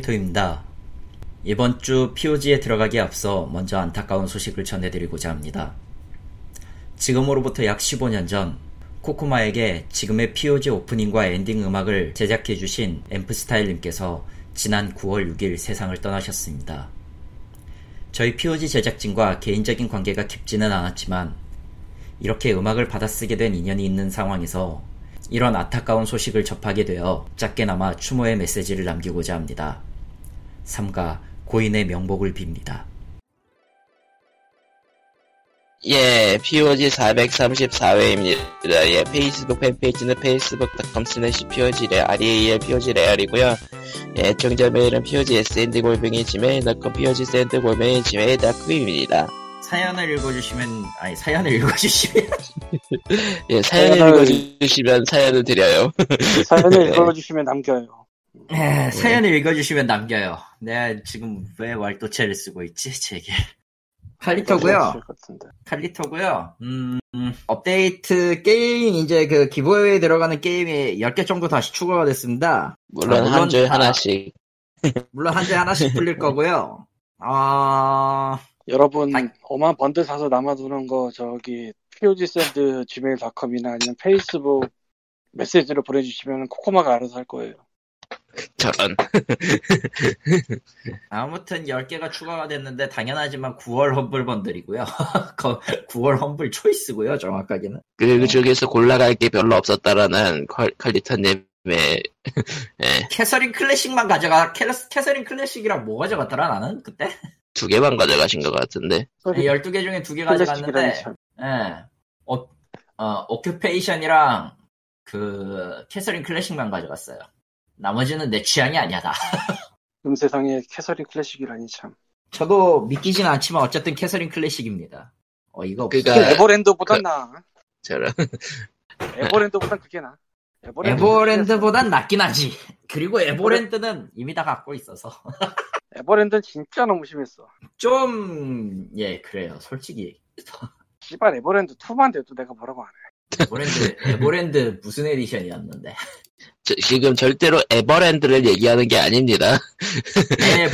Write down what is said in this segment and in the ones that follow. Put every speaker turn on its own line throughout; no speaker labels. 칼리토입니다. 이번 주 POG에 들어가기에 앞서 먼저 안타까운 소식을 전해드리고자 합니다. 지금으로부터 약 15년 전 코코마에게 지금의 POG 오프닝과 엔딩 음악을 제작해주신 엠프스타일님께서 지난 9월 6일 세상을 떠나셨습니다. 저희 POG 제작진과 개인적인 관계가 깊지는 않았지만 이렇게 음악을 받아쓰게 된 인연이 있는 상황에서 이런 안타까운 소식을 접하게 되어 짧게나마 추모의 메시지를 남기고자 합니다. 삼가 고인의 명복을 빕니다.
예, POG 434회입니다. 예, 페이스북 팬페이지는 facebook.com slash POG 레 REAL POG 레알이고요 예, 정자 메일은 POG SND 골뱅이 지메일.com POG SND 골뱅이 지메일.com입니다.
사연을 읽어주시면 아니 사연을 읽어주시면
예, 사연을 읽어주시면 사연을 드려요.
사연을 읽어주시면 남겨요.
네, 사연을 읽어주시면 남겨요. 내가 지금 왜 왈도체를 쓰고 있지 제게 칼리토고요.
읽어주실 것 같은데.
칼리토고요. 음, 음, 업데이트 게임 이제 그 기부회에 들어가는 게임이 10개 정도 다시 추가가 됐습니다.
물론
아,
한 줄
아,
하나씩.
물론 한 대 하나씩 풀릴 거고요. 아
여러분,
아니.
5만 번들 사서 남아두는 거 저기 POG샌드 gmail.com이나 아니면 페이스북 메시지로 보내주시면 코코마가 알아서 할 거예요.
저런.
아무튼 10개가 추가가 됐는데 당연하지만 9월 험블 번들이고요. 거- 9월 험블 초이스고요, 정확하게는.
그 중에서 골라갈 게 별로 없었다라는 칼- 칼리터님의
캐서린 클래식만 가져가 캐, 캐서린 클래식이랑 뭐 가져갔더라 나는 그때?
두 개만 가져가신 것 같은데.
12개 중에 2개
클래식이라니
가져갔는데
참.
예. 어, 어, 오큐페이션이랑 그 캐서린 클래식만 가져갔어요. 나머지는 내 취향이 아니야 다.
음 세상에 캐서린 클래식이라니 참.
저도 믿기진 않지만 어쨌든 캐서린 클래식입니다. 어 이거 없어.
그니까 아,
에버랜드보단
그-
나.
저런.
에버랜드보단 그게 나.
에버랜드보단 낫긴 하지. 그리고 에버랜드는 이미 다 갖고 있어서.
에버랜드는 진짜 너무 심했어.
좀, 예, 그래요. 솔직히.
씨발 에버랜드 2만 돼도 내가 뭐라고 안 해.
에버랜드, 에버랜드 무슨 에디션이었는데.
저- 지금 절대로 에버랜드를 얘기하는 게 아닙니다.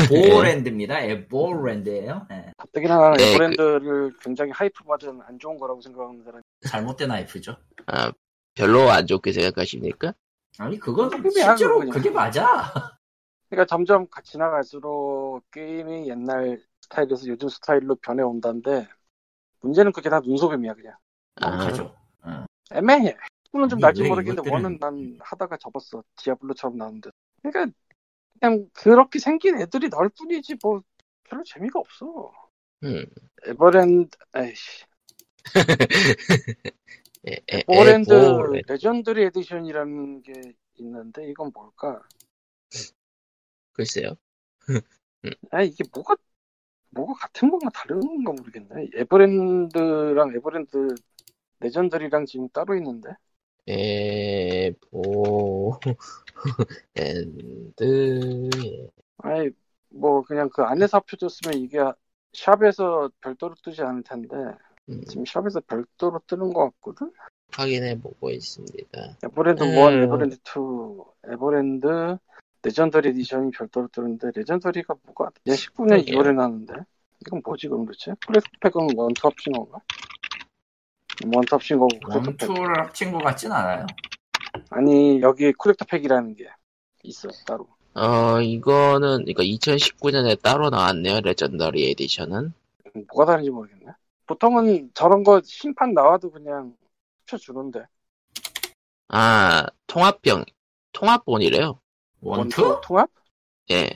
에보랜드입니다. 에보랜드예요 예.
가뜩이나 나는
네,
에버랜드를 굉장히 하이프 받은 안 좋은 거라고 생각하는 사람.
잘못된 와이프죠.
아, 별로 안 좋게 생각하십니까?
아니, 그건
흥미야,
실제로
그거냐.
그게 맞아.
그러니까 점점 같이 지나갈수록 게임이 옛날 스타일에서 요즘 스타일로 변해온다는데 문제는 그게 다 눈속임이야 그냥
아,
그죠.
애매해 음. 2는 좀
아니,
날지
왜
모르겠는데
이것들은-
원은 난 하다가 접었어 디아블로처럼 나오는데 그러니까 그냥 그렇게 생긴 애들이 나올 뿐이지 뭐 별로 재미가 없어
음.
에버랜드 에이씨
에, 에,
에버랜드
에버랜-
레전드리 에디션이라는 게 있는데 이건 뭘까
글쎄요.
아 이게 뭐가 뭐가 같은 건가 다른 건가 모르겠네. 에버랜드랑 에버랜드 레전드리랑 지금 따로 있는데
에버랜드. 예,
아이 뭐 그냥 그 안에서 합쳐졌으면 이게 아, 샵에서 별도로 뜨지 않을 텐데
음,
지금 샵에서 별도로 뜨는 것 같거든.
확인해 보고 있습니다.
에버랜드
음.
1, 에버랜드 2, 에버랜드 레전더리 에디션이 별도로 뜨는데 레전더리가 뭐가 얘
네.
19년
그러게요.
2월에 나왔는데 이건 뭐지 그럼 도대체? 클래스팩은 원톱 싱어가? 원톱 싱어고 클래스팩.
원투를 합친 것 같진 않아요.
아니 여기 콜렉터 팩이라는 게 있어 따로
어, 이거는, 그러니까 2019년에 따로 나왔네요, 레전더리 에디션은.
음, 뭐가 다른지 모르겠네 보통은 저런 거 심판 나와도 그냥 쳐주는데
아, 통합병, 통합본이래요.
원투?
통합?
예.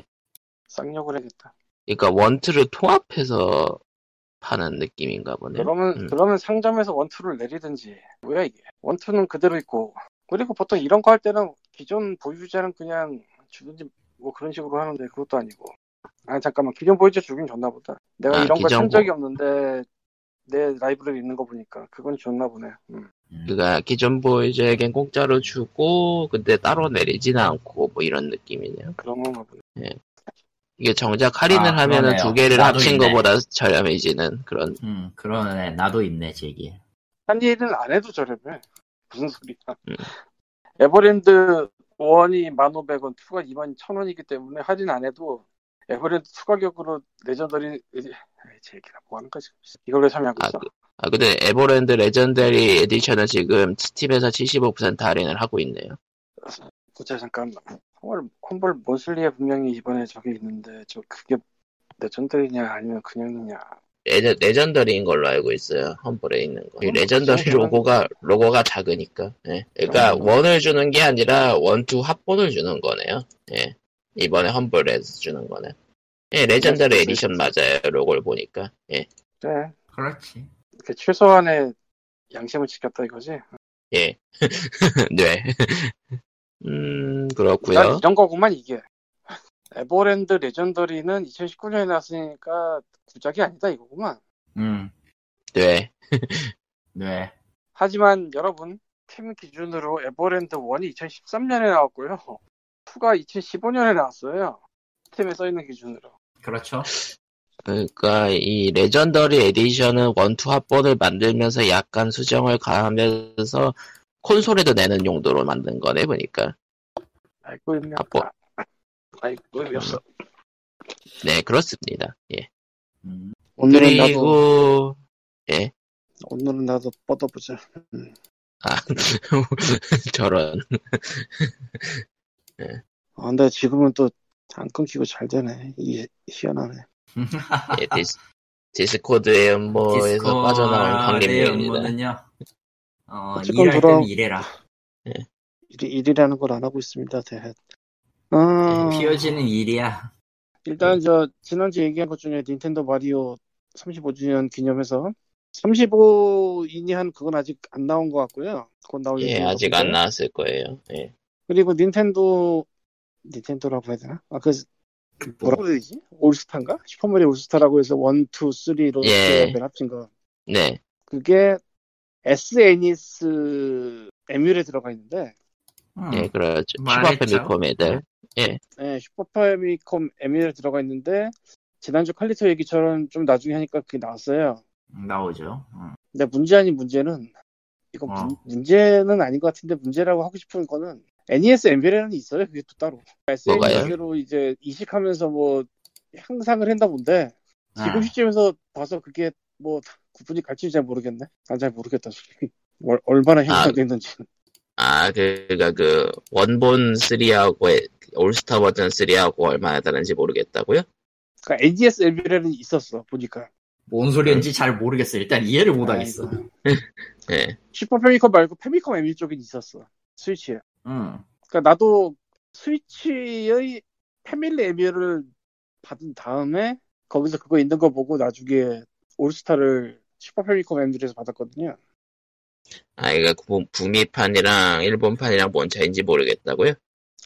쌍욕을 해야겠다
그러니까 원투를 통합해서 파는 느낌인가 보네요.
그러면
음.
그러면 상점에서 원투를 내리든지 뭐야 이게 원투는 그대로 있고 그리고 보통 이런 거 할 때는 기존 보유자는 그냥 주든지 뭐 그런 식으로 하는데 그것도 아니고 아 잠깐만 기존 보유자 주긴 줬나 보다 내가
아,
이런
기존
걸산
보-
적이 없는데 내 라이브러리 있는 거 보니까 그건 줬나 보네 음.
그가 그러니까 기존 보유자에겐 공짜로 주고 근데 따로 내리지는 않고 뭐 이런 느낌이네요.
그런 건가 보네
이게 정작 할인을
아,
하면은
그러네요.
두 개를
나도
합친
있네.
거보다 저렴해지는 그런
음, 그러네. 나도 있네, 제기.
한 일은 안 해도 저렴해. 무슨 소리야.
음.
에버랜드 원이 1,500원, 2가 21,000원이기 때문에 할인 안 해도 에버랜드 추 가격으로 레전더리 에이, 제 얘기나 뭐 하는 거지 이걸로 참여하고
아,
있어
그- 아, 근데 에버랜드 레전더리 에디션은 지금 스팀에서 75% 할인을 하고 있네요.
보자 잠깐 홈볼 홈볼 몬슬리에 분명히 이번에 저게 있는데 저 그게 레전더리냐 아니면 그냥이냐
레전, 레전더리인 걸로 알고 있어요. 험블에 있는 거. 이
음,
레전더리
그치.
로고가, 로고가 작으니까. 예. 그러니까
음.
원을 주는 게 아니라 원투 합본을 주는 거네요. 예. 이번에 험블에서 주는 거네. 예, 레전더리
그치,
에디션 맞아요. 로고를 보니까. 예.
그래
그렇지.
그 네, 최소한의 양심을 지켰다 이거지
예. 네. 음,
난
그렇고요
이런 거구만 이게 에버랜드 레전더리는 2019년에 나왔으니까 구작이 아니다 이거구만
음,
네.
네.
하지만 여러분 팀 기준으로 에버랜드 1이 2013년에 나왔고요 2가 2015년에 나왔어요 팀에 써있는 기준으로
그렇죠.
그러니까 이 레전더리 에디션은 원투 합본을 만들면서 약간 수정을 가하면서 콘솔에도 내는 용도로 만든 거네, 보니까.
알고 있냐?
아, 뭐.
알고 있어.
네, 그렇습니다. 예.
음,
오늘은 나도
그리고
오늘은 나도 뻗어보자.
아 저런
아, 근데 지금은 또 안 끊기고 잘 되네. 이게 희한하네.
예, 디스, 디스코드의 아, 네, 음모에서 빠져나올
디스코드의
확률입니다.
음모는요. 어,
어쨌건
일할
돌아오-
땐 일해라.
일이, 일이라는 걸 안 하고 있습니다. 대해.
음,
아,
예, 피어지는 일이야.
네.
일단 저 지난주 얘기한 것 중에 닌텐도 마리오 35주년 기념해서 35이니 한 그건 아직 안 나온 것 같고요. 그건 나올
예,
예정인 것
아직
같은데.
안 나왔을 거예요. 예.
그리고 닌텐도 닌텐도라고 해야 되나? 아, 그 뭐라고 해야 되지? 올스타인가? 슈퍼마리오 올스타라고 해서 1, 2, 3로
예.
맨 합친 거.
네,
그게 SNES 에뮬에 들어가 있는데
음,
예, 그렇죠. 슈퍼
말했죠.
패미컴 애들.
예, 슈퍼패미컴 에뮬에 들어가 있는데 지난주 칼리토 얘기처럼 좀 나중에 하니까 그게 나왔어요.
나오죠. 음.
근데 문제 아닌 문제는 이거
어.
문, 문제는 아닌 것 같은데 문제라고 하고 싶은 거는 E NES 엠비라는 게 있어요. 그게 또 따로 그러니까
뭐가요?
SNES로 이제 이식하면서 뭐 향상을 했나 본데 지금
아,
시점에서 봐서 그게 뭐 구분이 갈지 잘 모르겠네. 난 잘 모르겠다 솔직히 월- 얼마나 향상됐는지.
아, 그가 그 원본 3하고 올스타 버전 3하고 얼마나 다른지 모르겠다고요?
그러니까 NES 엠비라는 있었어 보니까
뭔 소리인지 잘 모르겠어. 일단 이해를 못 하겠어.
아이고.
예.
슈퍼 패미컴 말고 패미컴 엠비 쪽엔 있었어 스위치에.
음,
그러니까 나도 스위치의 패밀리 에뮬을 받은 다음에 거기서 그거 있는 거 보고 나중에 올스타를 슈퍼 패미컴 엠비에서 받았거든요.
아, 이거 구- 북미판이랑 일본판이랑 뭔 차인지 모르겠다고요?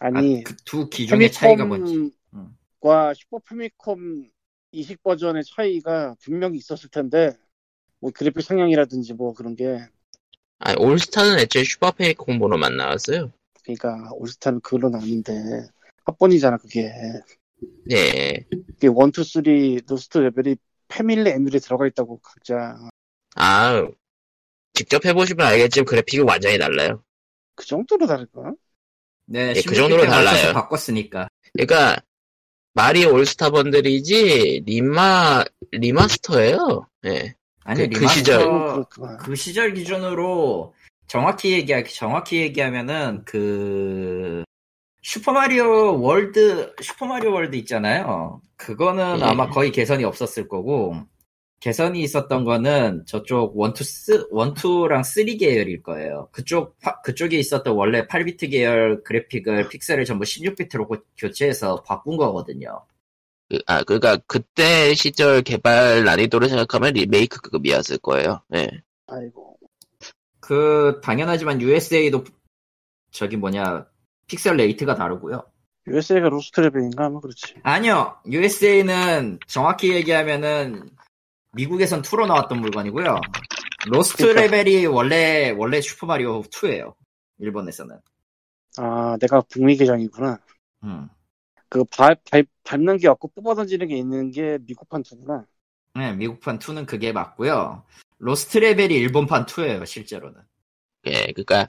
아니
아, 그 두 기종의 차이가 뭔지. 음.
과 슈퍼 패미컴 이식 버전의 차이가 분명히 있었을 텐데 뭐 그래픽 성향이라든지 뭐 그런 게
아, 올스타는 애초에 슈퍼 패미컴으로만 나왔어요.
그러니까 올스타는 그걸로 나는데 합본이잖아 그게
네.
그게 원투 쓰리 노스트 레벨이 패밀리 에뮬에 들어가 있다고 각자
아, 직접 해보시면 알겠지만 그래픽이 완전히 달라요.
그 정도로 다를까?
네,
그
16대
정도로
맞춰서
달라요.
바꿨으니까.
그러니까 마리 올스타 번들이지 리마 리마스터예요. 예.
아니
그- 그
리마스터 그
시절.
시절,
그렇구나.
기준으로 정확히 얘기 정확히 얘기하면은 그 슈퍼 마리오 월드 슈퍼 마리오 월드 있잖아요. 그거는
예.
아마 거의 개선이 없었을 거고 개선이 있었던 거는 저쪽 원투 쓰 원투랑 쓰리 계열일 거예요. 그쪽 파- 그쪽에 있었던 원래 8비트 계열 그래픽을 픽셀을 전부 16비트로 교체해서 바꾼 거거든요.
그, 아, 그러니까 그때 시절 개발 난이도를 생각하면 리메이크급이었을 거예요. 예.
아이고
그 당연하지만 USA도 저기 뭐냐 픽셀 레이트가 다르고요.
USA가 로스트 레벨인가 아마 그렇지.
아니요, USA는 정확히 얘기하면은 미국에선 2로 나왔던 물건이고요. 로스트
그러니까.
레벨이 원래 원래 슈퍼 마리오 2예요. 일본에서는.
아 내가 북미 계정이구나.
음.
그발 밟는 게 없고 뽑아 던지는 게 있는 게 미국판 투구나.
네, 미국판 2는 그게 맞고요. 로스트 레벨이 일본판 2예요, 실제로는.
예. 그러니까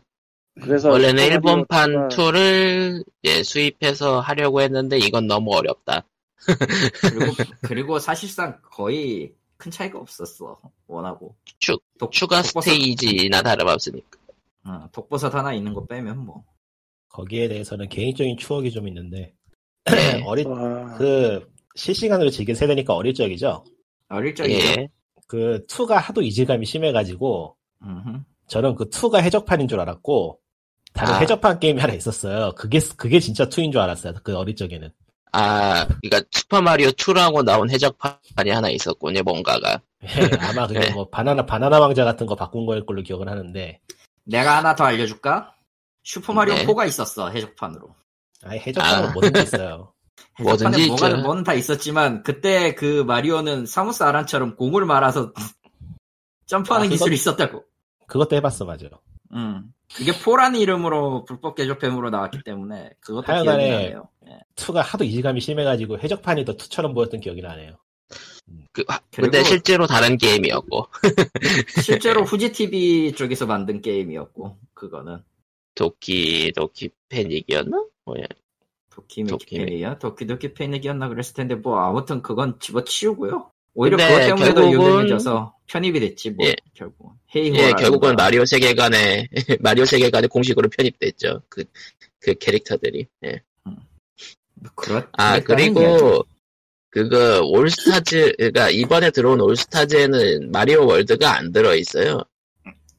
그래서
원래는
일본판
일본판
같은 건-
2를 예, 수입해서 하려고 했는데 이건 너무 어렵다.
그리고, 그리고 사실상 거의 큰 차이가 없었어. 원하고.
추-
독,
추가
독버섯-
스테이지나 다름없으니까.
응, 독버섯 하나 있는 거 빼면 뭐.
거기에 대해서는 개인적인 추억이 좀 있는데
네.
어릴
와,
그 실시간으로 즐긴 세대니까 어릴 적이죠.
어릴 적에.
예.
그 2가 하도 이질감이 심해가지고
음,
저는 그 2가 해적판인 줄 알았고 다른
아.
해적판 게임이 하나 있었어요. 그게 그게 진짜 2인 줄 알았어요. 그 어릴 적에는.
아, 그러니까 슈퍼마리오 2라고 나온 해적판이 하나 있었군요, 뭔가가.
예, 아마 그게
네.
뭐 바나나 바나나 왕자 같은 거 바꾼 거일 걸로 기억을 하는데
내가 하나 더 알려줄까? 슈퍼마리오
네.
4가 있었어, 해적판으로.
아예 해적판은
아.
뭐든지 있어요.
해적판에
뭐든지
뭐가,
있죠.
뭐는 다 있었지만, 그때 그 마리오는 사무스 아란처럼 공을 말아서 점프하는
아, 그거-
기술이 있었다고.
그것도 해봤어 맞아.
음. 그게 4라는 이름으로 불법 개조팸으로 나왔기 때문에, 그것도 기억이
하여간에
나네요. 예.
2가 하도 이질감이 심해가지고 해적판이 더 2처럼 보였던 기억이 나네요.
그, 아,
그리고-
근데 실제로 다른 게임이었고,
실제로 후지TV 쪽에서 만든 게임이었고, 그거는.
도끼, 도끼 패닉이었나? 뭐야. 도키메.
도키메키페니야? 도키도키 페닉이었나 그랬을 텐데, 뭐, 아무튼 그건 집어치우고요. 오히려
근데
그것 때문에 더
결국은-
유명해져서 편입이 됐지, 뭐,
예.
결국은. 헤이호.
예, 결국은 마리오 세계관에, 마리오 세계관에 공식으로 편입됐죠. 그, 그 캐릭터들이. 예.
뭐 그렇,
아,
그랬다는 이야기.
그리고, 그거, 올스타즈, 그니까, 이번에 들어온 올스타즈에는 마리오 월드가 안 들어있어요.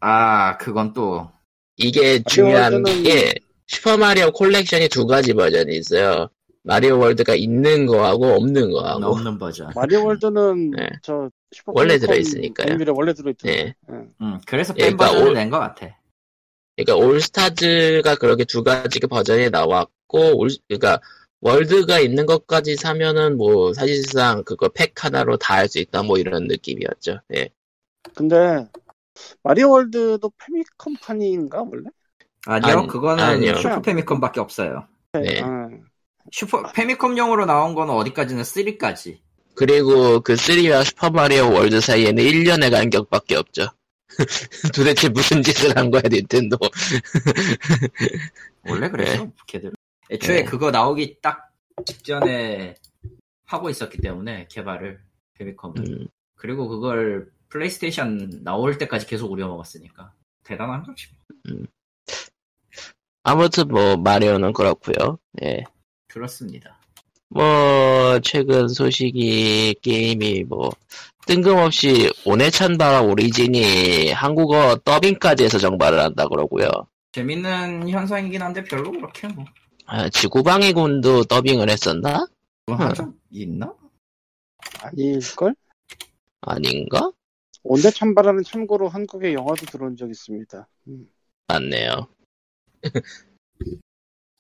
아, 그건 또,
이게 중요한
월드는-
게, 슈퍼마리오 콜렉션이 두 가지 버전이 있어요. 마리오 월드가 있는 거하고 없는
어.
거하고.
없는 버전.
마리오 월드는
네.
저 슈퍼
원래
컴퓨터
들어있으니까요.
범위에 원래 들어있던.
예.
음, 그래서
예,
뺀
그러니까
버전을
올-
낸 것 같아.
그러니까 올스타즈가 그렇게 두 가지 그 버전이 나왔고 올 그러니까 월드가 있는 것까지 사면은 뭐 사실상 그거 팩 하나로 다 할 수 있다 뭐 이런 느낌이었죠. 예.
근데 마리오 월드도 페미컴판인가 원래?
아니요,
아니,
그거는
아니요.
슈퍼 페미컴밖에 없어요.
네.
아,
슈퍼 페미컴용으로 나온 거는 어디까지는 3까지.
그리고 그 3와 슈퍼마리오 월드 사이에는 1년의 간격밖에 없죠. 도대체 무슨 짓을 한 거야 닌텐도.
원래 그랬어, 걔들. 애초에
예.
그거 나오기 딱 직전에 하고 있었기 때문에 개발을 페미컴은.
음,
그리고 그걸 플레이스테이션 나올 때까지 계속 우려먹었으니까 대단한 거지. 뭐.
아무튼 뭐 마리오는 그렇고요. 예.
그렇습니다.
뭐 최근 소식이 게임이 뭐 뜬금없이 오네찬 바와 오리진이 한국어 더빙까지 해서 정발을 한다 그러고요.
재밌는 현상이긴 한데 별로 그렇게 뭐
아, 지구방위 군도 더빙을 했었나?
하죠? 있나?
아닐걸?
아닌가?
온대 참바라는 참고로 한국에 영화도 들어온 적 있습니다. 음.
맞네요.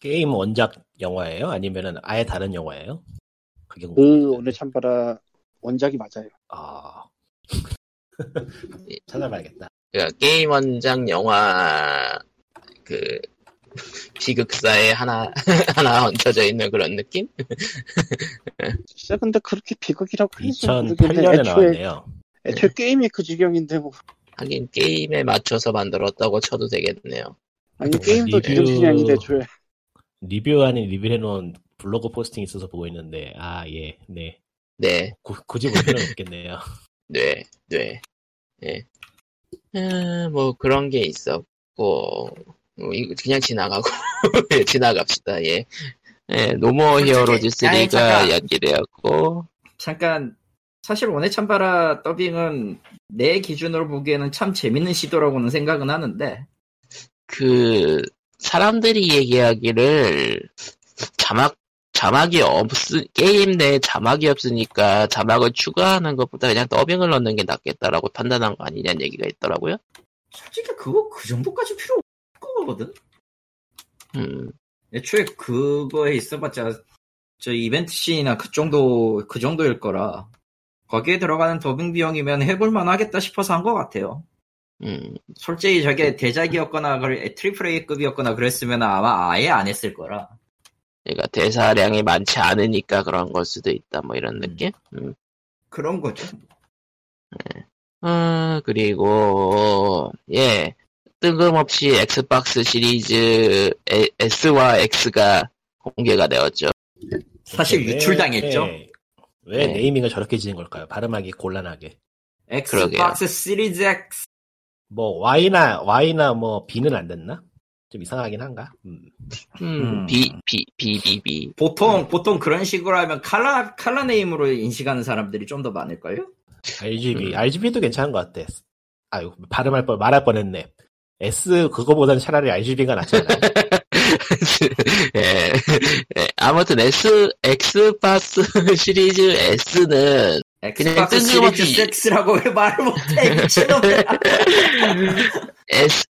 게임 원작 영화예요? 아니면은 아예 다른 영화예요? 그게
음.
그
궁금해요.
온대 참바라 원작이 맞아요.
아 찾아봐야겠다.
그러니까 게임 원작 영화 그 비극사에 하나 하나 얹혀져 있는 그런 느낌?
진짜 근데 그렇게 비극이라고 하는지 모르겠는데
2008년에
애초에,
나왔네요.
애초에 게임이 그 지경인데 뭐
하긴 게임에 맞춰서 만들었다고 쳐도 되겠네요.
아니 게임도
리뷰-
제정신이 아닌데 애초에
리뷰 아닌 리뷰를 해놓은 블로그 포스팅 있어서 보고 있는데 아 예, 네.
네.
구- 굳이 볼 필요는 없겠네요.
뇌, 뇌, 예. 아, 뭐 그런 게 있었고, 뭐 이거 그냥 지나가고 예, 지나갑시다. 예, 예, 노모
솔직히,
히어로즈
아니, 잠깐.
3가 연기되었고,
잠깐 사실 원해 참바라 더빙은 내 기준으로 보기에는 참 재밌는 시도라고는 생각은 하는데
그 사람들이 얘기하기를 자막 자막이 없 게임 내 자막이 없으니까 자막을 추가하는 것보다 그냥 더빙을 넣는 게 낫겠다라고 판단한 거 아니냐는 얘기가 있더라고요.
솔직히 그거 그 정도까지 필요 없는 거거든.
음,
애초에 그거에 있어봤자 저 이벤트 씬이나 그 정도 그 정도일 거라 거기에 들어가는 더빙 비용이면 해볼만 하겠다 싶어서 한 것 같아요.
음,
솔직히 저게 대작이었거나 그 트리플 A급이었거나 그랬으면 아마 아예 안 했을 거라.
그러니까 대사량이 많지 않으니까 그런 걸 수도 있다. 뭐 이런 느낌. 음.
그런 거죠.
아, 그리고, 예. 뜬금없이 엑스박스 시리즈 에- S와 X가 공개가 되었죠.
사실
왜-
유출당했죠.
네. 왜
네.
네이밍을 저렇게 지은 걸까요? 발음하기 곤란하게.
그러게요.
엑스박스 시리즈 X.
뭐 Y나 Y나 뭐 B는 안 됐나? 좀 이상하긴 한가? 음.
음, B, B, B, B, B.
보통 보통 그런 식으로 하면 칼라 칼라 네임으로 인식하는 사람들이 좀 더 많을걸요?
RGB, RGB도 괜찮은 것 같아. 아유 발음할 뻔 말할 뻔했네. S 그거보단 차라리 RGB가 낫잖아요.
예. 예. 아무튼 S, 엑스박스 시리즈 S는 그냥
엑스박스
뜬금없이-
시리즈 X라고 왜 말을 못해? 미친놈들아.
S,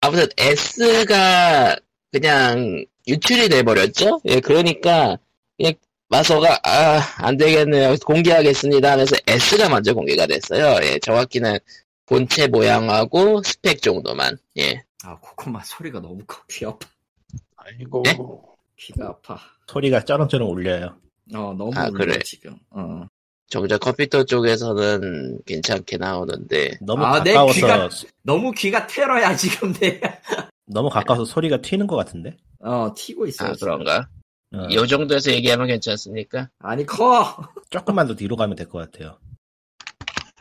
아무튼 S가 그냥 유출이 돼버렸죠? 예, 그러니까, 그냥 마소가, 아, 안 되겠네요. 공개하겠습니다 하면서 S가 먼저 공개가 됐어요. 예, 정확히는 본체 모양하고 스펙 정도만. 예.
아 코코마 소리가 너무 커 귀 아파
아이고
네?
귀가 아파.
소리가 쩌렁쩌렁 울려요.
어 너무
아,
울려
그래.
지금. 어.
정작 컴퓨터 쪽에서는 괜찮게 나오는데,
너무
아, 내
가까워서
귀가- 너무 귀가 테러야 지금 내.
너무 가까워서 소리가 튀는 것 같은데.
어 튀고 있어요.
아,
지금.
그런가?
어,
이 정도에서 얘기하면 괜찮습니까?
아니 커.
조금만 더 뒤로 가면 될 것 같아요.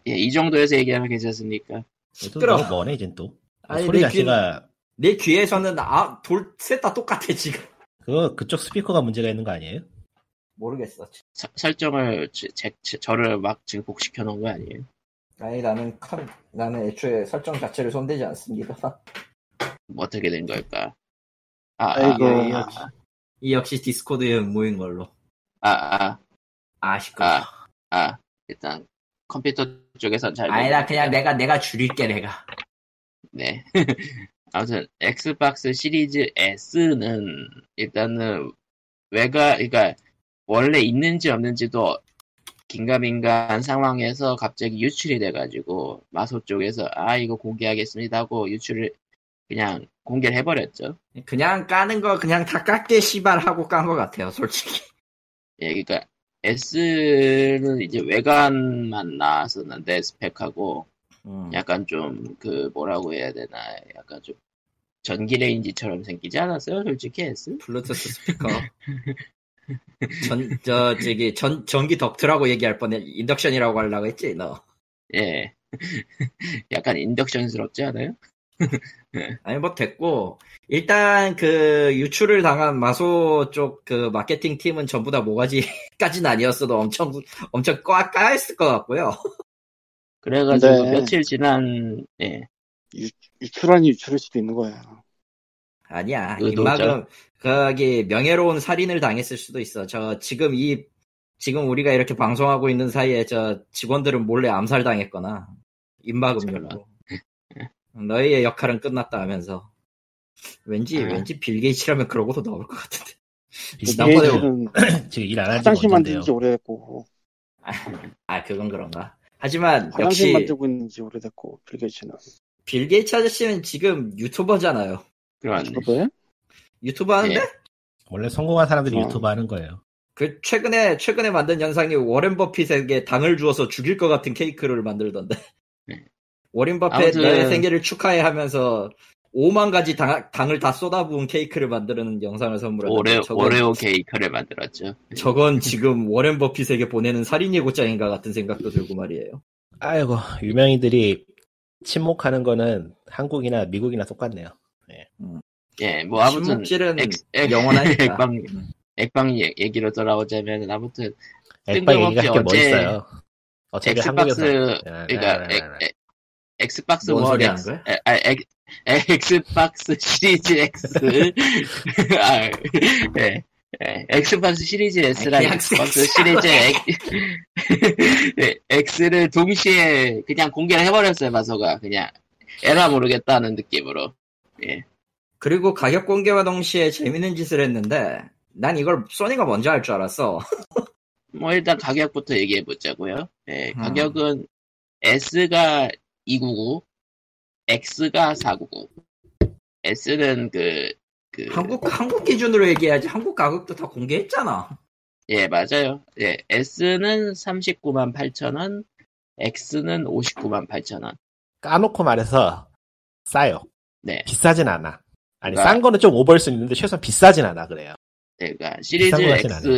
예, 이 정도에서 얘기하면 괜찮습니까?
얘도
시끄러워.
너무 머네 이젠 또. 아,
아니,
소리
내 귀-
자체가
내 귀에서는 아돌셋다 똑같아 지금.
그 그쪽 스피커가 문제가 있는 거 아니에요?
모르겠어.
사- 설정을, 제- 제- 제- 저를 막 지금 복시켜 놓은 거 아니에요?
아니 나는 컴 나는 애초에 설정 자체를 손대지 않습니다.
뭐 어떻게 된 걸까? 아, 아,
아이고.
아,
이 역시 디스코드의 음모인 걸로.
아, 아,
아쉽군.
아, 아, 일단 컴퓨터 쪽에선 잘.
아니다
모르겠네요.
그냥 내가 내가 줄일게 내가.
네. 아무튼 엑스박스 시리즈 S는 일단은 외가, 그러니까 원래 있는지 없는지도 긴가민가한 상황에서 갑자기 유출이 돼가지고 마소 쪽에서 아 이거 공개하겠습니다 하고 유출을 그냥 공개를 해버렸죠.
그냥 까는 거 그냥 다 깎게 씨발 하고 깐 거 같아요 솔직히.
예, 그러니까 S는 이제 외관만 나왔었는데 스펙하고
음.
약간 좀 그 뭐라고 해야 되나 약간 좀 전기 레인지처럼 생기지 않았어요? 솔직히 S?
블루투스 스피커. 전, 저, 저기, 전, 전기 덕트라고 얘기할 뻔해. 인덕션이라고 하려고 했지, 너.
예. 약간 인덕션스럽지 않아요?
아니, 뭐, 됐고. 일단, 그, 유출을 당한 마소 쪽 그 마케팅 팀은 전부 다 모가지까지는 아니었어도 엄청, 엄청 꽉 까였을 것 같고요.
그래가지고
네.
며칠 지난 예.
유출하니 유출일 수도 있는 거야.
아니야.
의도죠.
이만큼, 거기, 명예로운 살인을 당했을 수도 있어. 저, 지금 이, 지금 우리가 이렇게 방송하고 있는 사이에 저 직원들은 몰래 암살당했거나, 입막음료로. 너희의 역할은 끝났다 하면서. 왠지,
아.
왠지 빌 게이츠라면 그러고도 나올 것 같은데. 지난번에
지난번에
얘는
지금 일 안 하지
화장실 만든
못한데요.
지 오래됐고
아, 그건 그런가. 하지만,
화장실
역시,
만들고 있는 지 오래됐고 빌게이츠는
빌 게이츠 아저씨는 지금 유튜버잖아요.
그런
왜?
유튜브 하는데?
예.
원래 성공한 사람들이
어.
유튜브 하는 거예요.
그, 최근에, 최근에 만든 영상이 워렌 버핏에게 당을 주어서 죽일 것 같은 케이크를 만들던데.
네.
워렌 버핏
아무튼-
너의 생일을 축하해 하면서 5만 가지 당, 당을 다 쏟아부은 케이크를 만드는 영상을 선물했는데.
오레
저건,
오레오 케이크를 만들었죠.
저건 지금 워렌 버핏에게 보내는 살인 예고장인가 같은 생각도 들고 말이에요.
아이고 유명인들이 침묵하는 거는 한국이나 미국이나 똑같네요.
예, 뭐 아무튼
침묵질은
엑- 엑-
영원하니까.
액방
음.
액방 얘- 얘기로 돌아오자면 아무튼
액방 얘기가
뜬금없이
할게뭐
어제
있어요. 어차피
엑스박스
한국에서 네,
그러니까 엑- 엑- 엑스박스
네, 뭔
원
소리 하는
엑스
거야?
에- 아, 엑- 에- 엑스박스 시리즈 X 아, 예. 예, 엑스박스 시리즈 S랑
아, 그냥
엑스박스
섹스.
시리즈 X, 를 동시에 그냥 공개를 해버렸어요 마소가 그냥 에라 모르겠다는 느낌으로
그리고 가격 공개와 동시에 재밌는 짓을 했는데, 난 이걸 소니가 먼저 할 줄 알았어.
뭐 일단 가격부터 얘기해 보자고요 예,
음.
가격은 S가 299 X가 499 S는 그, 그
한국, 한국 기준으로 얘기해야지. 한국 가격도 다 공개했잖아.
예, 맞아요. 예, S는 39만 8천 원, X는 59만 8천 원.
까놓고 말해서 싸요.
네.
비싸진 않아. 아니
네.
싼 거는 좀 오버일 수 있는데 최소한 비싸진 않아 그래요.
그러니까 시리즈
비싼 것 같진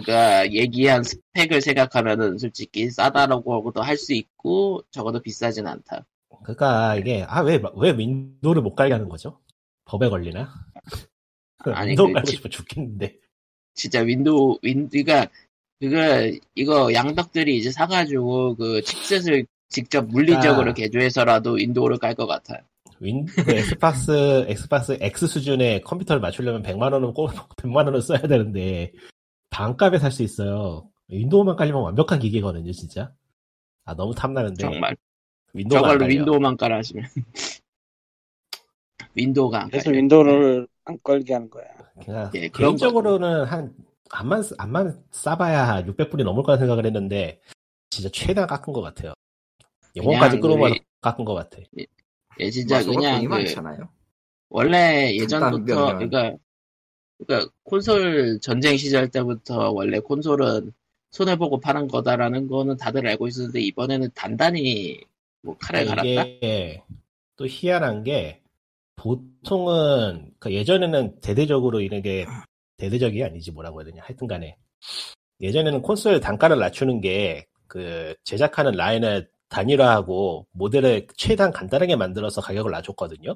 X가 얘기한 스펙을 생각하면은 솔직히 싸다라고 하고도 할 수 있고 적어도 비싸진 않다.
그러니까 이게 아 왜 왜 윈도우를 못 깔게 하는 거죠? 법에 걸리나?
아니,
윈도우
그
깔고
지-
싶어 죽겠는데.
진짜 윈도우 윈 그러니까 그거 이거 양덕들이 이제 사가지고 그 칩셋을 직접 물리적으로
아.
개조해서라도 윈도우를 깔 것 같아.
윈 그 엑스박스 엑스박스 X 수준의 컴퓨터를 맞추려면 100만 원은 꼭 100만 원은 써야 되는데 반값에 살 수 있어요. 윈도우만 깔리면 완벽한 기계거든요, 진짜. 아 너무 탐나는데
정말
윈도우가 안
저걸로
깔려.
윈도우만 깔아 하시면 윈도우가 안
그래서
깔려.
윈도우를 안 걸게 하는 거야.
그냥
예, 그런
개인적으로는 한 안만 쓰- 안만 싸봐야 600불이 넘을 거라 생각을 했는데 진짜 최대한 깎은 것 같아요. 영원까지
그냥
끌어모아
우리-
깎은 것 같아.
예 진짜 그냥
돈이
그
많잖아요.
원래
간단
예전부터
변경.
그러니까 그러니까 콘솔 전쟁 시절 때부터 원래 콘솔은 손해 보고 파는 거다라는 거는 다들 알고 있었는데 이번에는 단단히 뭐 칼을 갈았다.
네, 이게 예, 또 희한한 게 보통은 그 예전에는 대대적으로 이런 게 대대적이 아니지 뭐라고 해야 되냐 하여튼간에 예전에는 콘솔 단가를 낮추는 게 그 제작하는 라인을 단일화하고 모델을 최대한 간단하게 만들어서 가격을 낮췄거든요.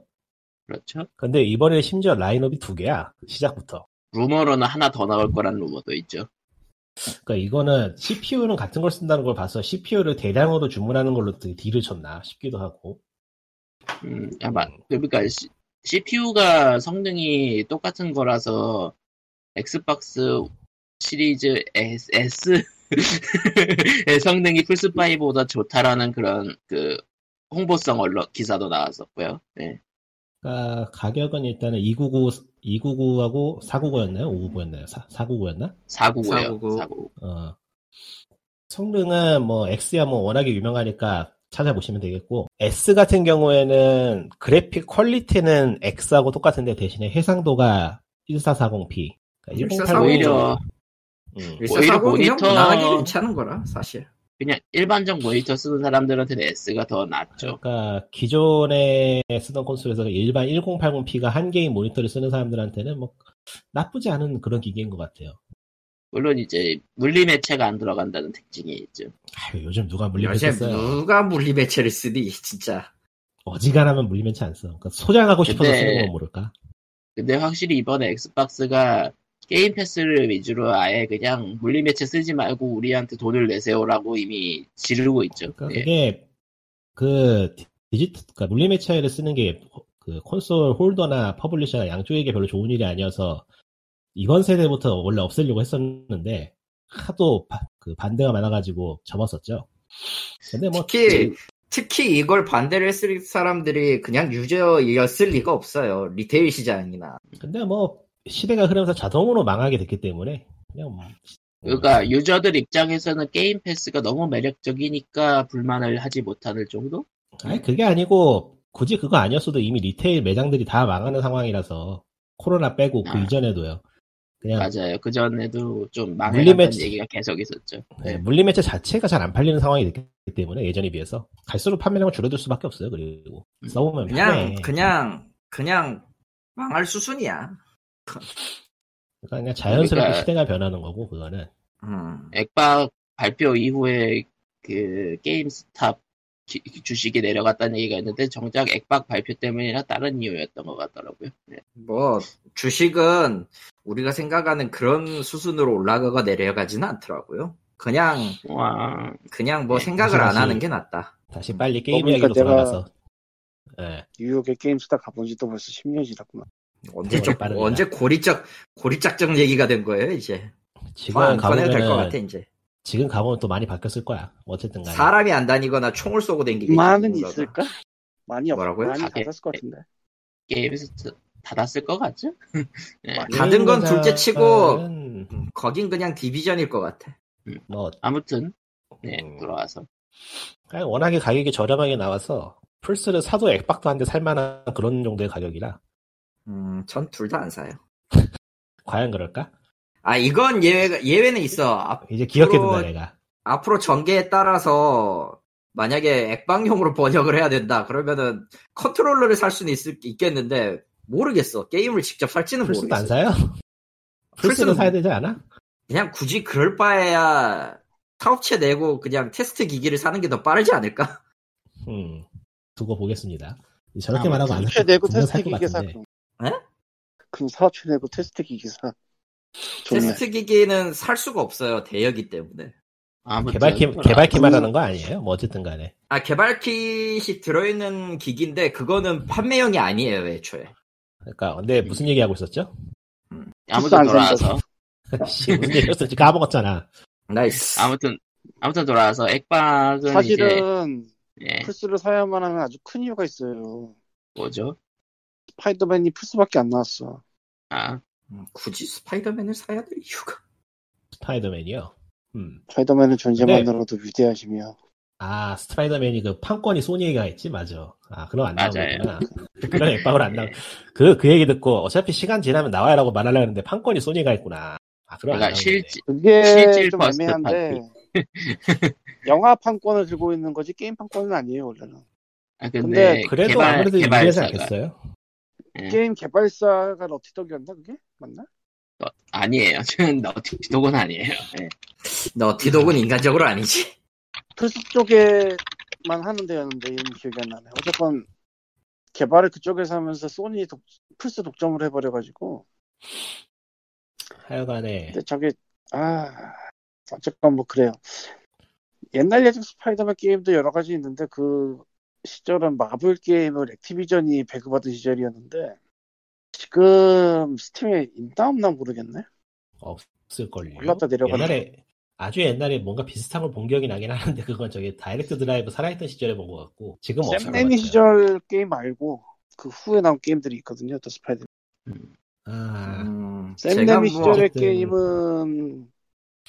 그렇죠?
근데 이번에 심지어 라인업이 두 개야 그 시작부터.
루머로는 하나 더 나올 거란 루머도 있죠.
그러니까 이거는 CPU는 같은 걸 쓴다는 걸 봐서 CPU를 대량으로 주문하는 걸로 되게 딜을 쳤나 싶기도 하고.
음, 아마 그러니까 CPU가 성능이 똑같은 거라서 엑스박스 시리즈 S, S의 성능이 플스5보다 좋다라는 그런 그 홍보성 언론 기사도 나왔었고요. 네.
그러니까 가격은 일단은 299 299하고 499였나요? 599였나요? 499였나?
499요.
499.
499.
어. 성능은 뭐 X야 뭐 워낙에 유명하니까 찾아보시면 되겠고 S 같은 경우에는 그래픽 퀄리티는 X하고 똑같은데 대신에 해상도가 1440p. 그러니까
1440
오히려
음.
오히려 모니터-
나가기 괜찮은 거라 사실.
그냥 일반적 모니터 쓰는 사람들한테는 S가 더 낫죠.
그러니까 기존에 쓰던 콘솔에서 일반 1080p가 한 개의 모니터를 쓰는 사람들한테는 뭐 나쁘지 않은 그런 기기인 것 같아요.
물론 이제 물리 매체가 안 들어간다는 특징이 있죠.
아유, 요즘 누가 물리면치
요새
써요?
누가 물리 매체를 쓰니 진짜.
어지간하면 물리면치 안 써. 그러니까 소장하고 싶어서
근데-
쓰는 건 모를까?
근데 확실히 이번에 엑스박스가 게임 패스를 위주로 아예 그냥 물리매체 쓰지 말고 우리한테 돈을 내세요라고 이미 지르고 있죠.
그러니까
예.
그게 그 디지트, 그러니까 물리매체를 쓰는 게 그 콘솔 홀더나 퍼블리셔나 양쪽에게 별로 좋은 일이 아니어서 이번 세대부터 원래 없애려고 했었는데 하도 바- 그 반대가 많아가지고 접었었죠. 근데 뭐
특히 특히 이걸 반대를 했을 사람들이 그냥 유저였을 리가 없어요. 리테일 시장이나.
근데 뭐 시대가 흐르면서 자동으로 망하게 됐기 때문에 그냥 뭐
그러니까 유저들 입장에서는 게임 패스가 너무 매력적이니까 불만을 하지 못하는 정도?
아니 그게 아니고 굳이 그거 아니었어도 이미 리테일 매장들이 다 망하는 상황이라서 코로나 빼고 그
아.
이전에도요. 그냥
맞아요. 그 전에도 좀
네. 물리매치.
망해갔다는 얘기가 계속 있었죠.
네, 물리매체 자체가 잘 안 팔리는 상황이 됐기 때문에 예전에 비해서 갈수록 판매량을 줄어들 수밖에 없어요. 그리고
음.
써보면
그냥
편해.
그냥 그냥 망할 수순이야.
그러니까 그냥 자연스럽게
그러니까-
시대가 변하는 거고 그거는
음.
액박 발표 이후에 그 게임 스탑 기- 주식이 내려갔다는 얘기가 있는데 정작 액박 발표 때문이나 다른 이유였던 것 같더라고요. 네.
뭐 주식은 우리가 생각하는 그런 수순으로 올라가고 내려가지는 않더라고요. 그냥
와.
그냥 뭐
네,
생각을 안
사실-
하는 게 낫다.
다시
음,
빨리
어,
게임
그러니까
이야기로
내가-
돌아가서 예,
뉴욕에 게임스타 가본 지도 벌써 10년이 지났구만.
언제
세월이
좀
빠르다.
언제 고리짝 고리짝정 얘기가 된 거예요 이제.
지금
더안 꺼내도 아, 될 것
가보면
같아 이제.
지금 가보면 또 많이 바뀌었을 거야. 뭐 어쨌든 간에
사람이 안 다니거나 총을 쏘고 댕기기.
많은 있을까? 많이 없.
뭐라고요?
많이
가게?
닫았을 것 같은데.
게임에서 닫았을 것 같죠?
네.
닫은 건 둘째 치고- 음.
회사는
거긴 그냥 디비전일 것 같아.
뭐
아무튼 네
어.
음.
돌아와서
그냥 워낙에 가격이 저렴하게 나와서 플스를 사도 액박도 한 대 살만한 그런 정도의 가격이라
음, 전 둘 다 안 사요.
과연 그럴까?
아 이건 예외가 예외는 있어. 앞,
이제 기억해 둔다
프로-
내가.
앞으로 전개에 따라서 만약에 액방용으로 번역을 해야 된다 그러면은 컨트롤러를 살 수는 있을, 있겠는데 모르겠어 게임을 직접 살지는
플스도
모르겠어
안 사요? 플스도 사야 되지 않아?
그냥 굳이 그럴 바에야 사업체 내고 그냥 테스트 기기를 사는 게 더 빠르지 않을까?
음, 두고 보겠습니다. 저렇게 말하고 안
사채
살-
내고
분명
테스트
살것
기계사.
같은데.
에?
그럼 사채 내고 테스트 기계사. 좋네.
테스트 기기는 살 수가 없어요 대여기 때문에.
아무튼
개발팀 개발팀만 하는 거 아니에요? 뭐 어쨌든 간에
아 개발 킷이 들어있는 기기인데 그거는 판매용이 아니에요 애초에.
그러니까 근데 무슨 얘기하고 있었죠?
네, 아무튼
안
돌아와서
씨, 무슨 얘기였었지 까먹었잖아.
나이스.
아무튼 아무튼 돌아와서 액박은 이제
사실은
예,
플스를 사야만 하는 아주 큰 이유가 있어요.
뭐죠?
스파이더맨이 플스밖에 안 나왔어.
아
음, 굳이 스파이더맨을 사야 될 이유가.
스파이더맨이요. 음.
스파이더맨은
네.
존재만으로도 위대하시며.
아 스파이더맨이 그 판권이 소니가 했지 맞아. 아 그럼 안
맞아요.
나오는구나. 그런 액박을 안 나오. 그그 그 얘기 듣고 어차피 시간 지나면 나와요라고 말하려고 했는데 판권이 소니가 했구나. 아 그럼 안
그러니까
나오네.
실제
그게
실질
좀
버스트
애매한데. 영화 판권을 들고 있는 거지 게임 판권은 아니에요 원래는.
아,
근데
근데,
그래도
개발,
아무래도 유리하지
개발사가
않겠어요?
네.
게임 개발사가 러티덕이었나 그게 맞나?
어, 아니에요. 저는 어떻게 도건 아니에요. 예.
너 디독은 인간적으로 아니지.
플스 쪽에만 하는 데였는데 이름 기억이 안 나네. 어쨌건 개발을 그쪽에서 하면서 소니 독, 플스 독점을 해버려가지고
예.
하여간에
근데 저게 아 어쨌건 뭐 그래요. 옛날 예전 스파이더맨 게임도 여러 가지 있는데 그 시절은 마블 게임을 액티비전이 배급받은 시절이었는데 지금 스팀에 있나 없나 모르겠네.
어,
없을걸요.
올랐다 내려갔다.
옛날에 아주 옛날에 뭔가 비슷한 걸 본 기억이 나긴 하는데 그건 저기 다이렉트 드라이브 살아있던 시절에 본 것 같고 지금 없을 것 같아요.
샘레미 시절 게임 말고 그 후에 나온 게임들이 있거든요. 또 스파이더.
아,
음, 제가 뭐
샘레미 시절의
어쨌든-
게임은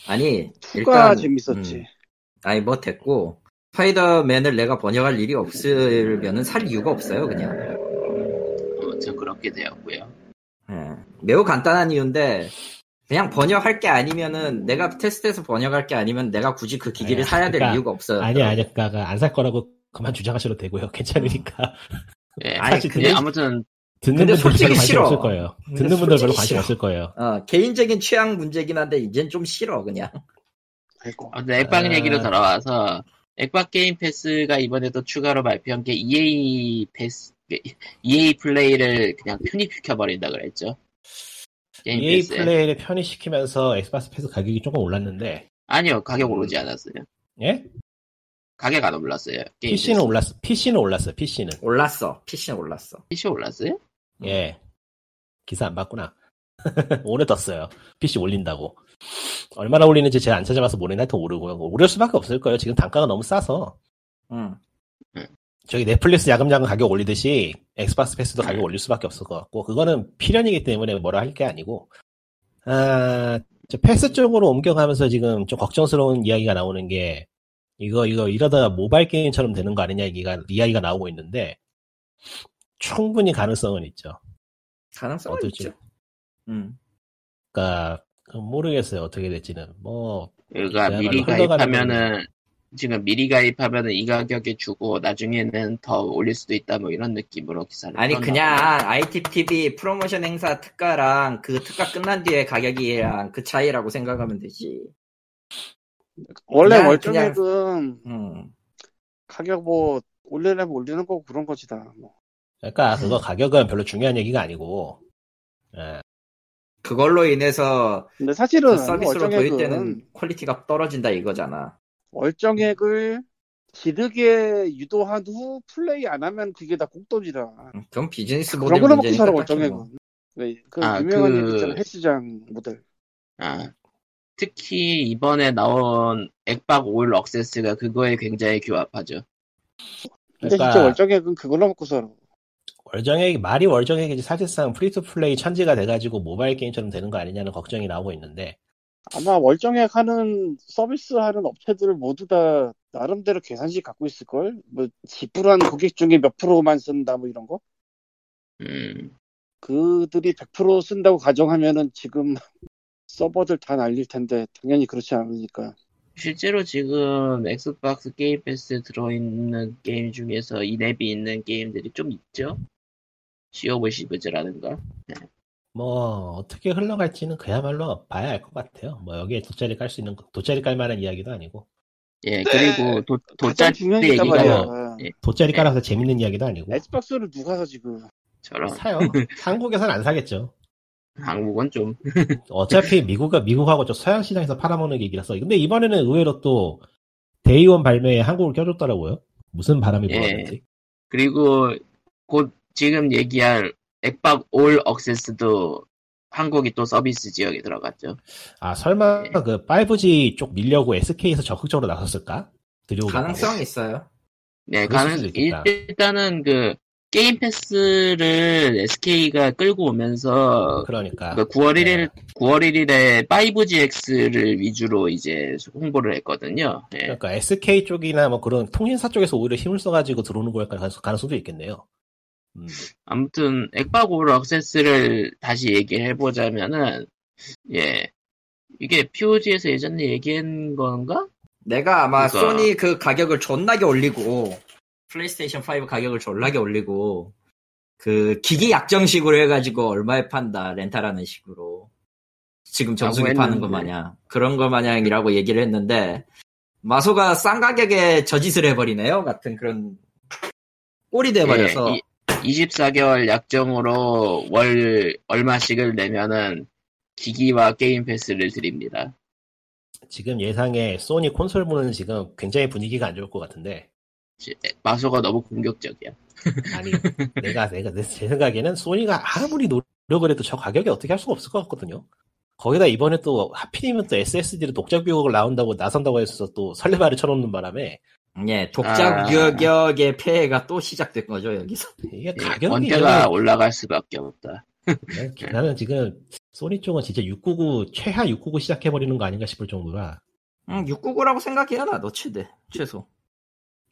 아니
투가
일단
재밌었지.
음, 아니 뭐 됐고 스파이더맨을 내가 번역할 일이 없으면은 살 이유가 없어요 그냥.
어, 저 그렇게 되었고요.
예, 매우 간단한 이유인데 그냥 번역할 게 아니면은 내가 테스트해서 번역할 게 아니면 내가 굳이 그 기기를
아니야,
사야 될
그러니까
이유가 없어요.
아니야, 아니야. 그러니까 안 살 거라고 그만 주장하셔도 되고요. 괜찮으니까.
예,
아니,
사실
근데-
근데 아무튼
듣는
근데
분들 별로
솔직히
관심
싫어.
없을 거예요.
근데
듣는 분들 별로
솔직히
관심
싫어.
없을 거예요.
어, 개인적인 취향 문제긴 한데 이젠 좀 싫어 그냥.
아이고.
아무튼 액박
아.
얘기로 돌아와서 액박 게임 패스가 이번에 또 추가로 발표한 게 EA 패스 EA 플레이를 그냥 편입시켜 버린다 그랬죠. 게임
EA
패스에.
E 플레이를 편의시키면서 엑스박스 패스 가격이 조금 올랐는데,
아니요, 가격 오르지
음.
않았어요.
예?
가격 안 올랐어요. 게임
PC는
패스.
올랐어. PC는 올랐어. PC는.
올랐어. PC는 올랐어.
PC 올랐어요?
예. 기사 안 봤구나. 오늘 떴어요. PC 올린다고. 얼마나 올리는지 제가 안 찾아봐서 모르겠는데 하여튼 오르고요. 오를 수밖에 없을 거예요. 지금 단가가 너무 싸서.
응.
저기 넷플릭스 야금야금 가격 올리듯이 엑스박스 패스도
네.
가격 올릴 수밖에 없을 것 같고 그거는 필연이기 때문에 뭐라 할 게 아니고 아, 저 패스 쪽으로 옮겨가면서 지금 좀 걱정스러운 이야기가 나오는 게 이거 이거 이러다가 모바일 게임처럼 되는 거 아니냐 이기가 이야기가 나오고 있는데 충분히 가능성은 있죠.
가능성은
어떨지.
있죠. 음.
그러니까 모르겠어요 어떻게 될지는 뭐
그러니까
그야말로
미리
흘러가는
가입하면은 지금 미리 가입하면은 이 가격에 주고 나중에는 더 올릴 수도 있다 뭐 이런 느낌으로 기사를
아니
썼나
그냥
봐요.
ITTV 프로모션 행사 특가랑 그 특가 끝난 뒤에 가격이랑 그 차이라고 생각하면 되지.
원래
그냥-
월정액은
음.
가격 뭐 올리려면 올리는 거고 그런 거지 다. 뭐.
그러니까 그거 가격은 별로 중요한 얘기가 아니고 예,
그걸로 인해서
근데
그
사실은
서비스로
월정액은
도입되는 퀄리티가 떨어진다 이거잖아.
월정액을 지르게 유도한 후 플레이 안 하면 그게 다 꼭돈이라.
음, 그건 비즈니스 모델
그런 걸로 먹고
문제니까
살아
딱히
월정액은.
뭐.
네, 그
아,
유명한
그-
얘기 있잖아 헬스장 모델.
아, 특히 이번에 나온 액박 올 억세스가 그거에 굉장히 교합하죠.
근데
그러니까-
진짜 월정액은 그걸로 먹고 살아.
월정액 말이 월정액이지 사실상 프리투플레이 천지가 돼가지고 모바일 게임처럼 되는 거 아니냐는 걱정이 나오고 있는데
아마 월정액 하는 서비스 하는 업체들 모두 다 나름대로 계산식 갖고 있을 걸. 뭐 지불한 고객 중에 몇 프로만 쓴다 뭐 이런 거.
음,
그들이 100% 쓴다고 가정하면은 지금 서버들 다 날릴 텐데 당연히 그렇지 않으니까
실제로 지금 엑스박스 게임 패스에 들어있는 게임 중에서 이 앱이 있는 게임들이 좀 있죠. 시오브 시브즈라든가.
뭐 어떻게 흘러갈지는 그야말로 봐야 알 것 같아요. 뭐 여기에 돗자리 깔 수 있는 돗자리 깔 만한 이야기도 아니고 네,
예, 그리고 도,
가장
도짜리
중요한 게 있단
얘기가
말이야.
말이야.
돗자리 깔아서 재밌는 이야기도 아니고
엑스박스를 누가 사 지금?
저런
사요. 한국에선 안 사겠죠.
한국은 좀
어차피 미국과 미국하고 저 서양 시장에서 팔아먹는 얘기라서 근데 이번에는 의외로 또 데이원 발매에 한국을 껴줬더라고요. 무슨 바람이
예.
불었는지.
그리고 곧 지금 얘기할 엑박 올 억세스도 한국이 또 서비스 지역에 들어갔죠.
아 설마
예.
그 5G 쪽 밀려고 SK에서 적극적으로 나섰을까? 들여오고
가능성이 있어요.
네,
그럴
가능
수도 있겠다.
일단은 그 게임 패스를 SK가 끌고 오면서
그러니까
그 9월 1일
네.
9월 1일에 5GX를 위주로 이제 홍보를 했거든요. 예.
그러니까 SK 쪽이나 뭐 그런 통신사 쪽에서 오히려 힘을 써가지고 들어오는 거일 가능성- 가능성도 있겠네요. 음,
아무튼 액박 오브 억세스를 다시 얘기해 보자면은 예 이게 POG에서 예전에 얘기한 건가?
내가 아마
그러니까.
소니 그 가격을 존나게 올리고 플레이스테이션 5 가격을 존나게 올리고 그 기기 약정식으로 해가지고 얼마에 판다 렌탈하는 식으로 지금 정수기
라고
파는 거
했는데.
마냥 그런 거 마냥이라고 얘기를 했는데 마소가 싼 가격에 저짓을 해버리네요 같은 그런 꼴이
네,
돼버려서
예, 이, 24개월 약정으로 월 얼마씩을 내면은 기기와 게임 패스를 드립니다.
지금 예상에 소니 콘솔부는 지금 굉장히 분위기가 안 좋을 것 같은데
지- 마소가 너무 공격적이야. 예,
아니 내가 내가 내- 제 생각에는 소니가 아무리 노력을 해도 저 가격에 어떻게 할 수가 없을 것 같거든요. 거기다 이번에 또 하필이면 또 SSD로 독자 비용을 나온다고 나선다고 해서 또 설레발을 쳐놓는 바람에
예, 독자
아.
규격의 폐해가 또 시작된 거죠 여기서
이게
예,
가격이
원대가 올라갈 수밖에 없다.
나는- 나는 지금 소니 쪽은 진짜 699 최하 699 시작해버리는 거 아닌가 싶을 정도라
음, 699라고 생각해야 나도 최대 최소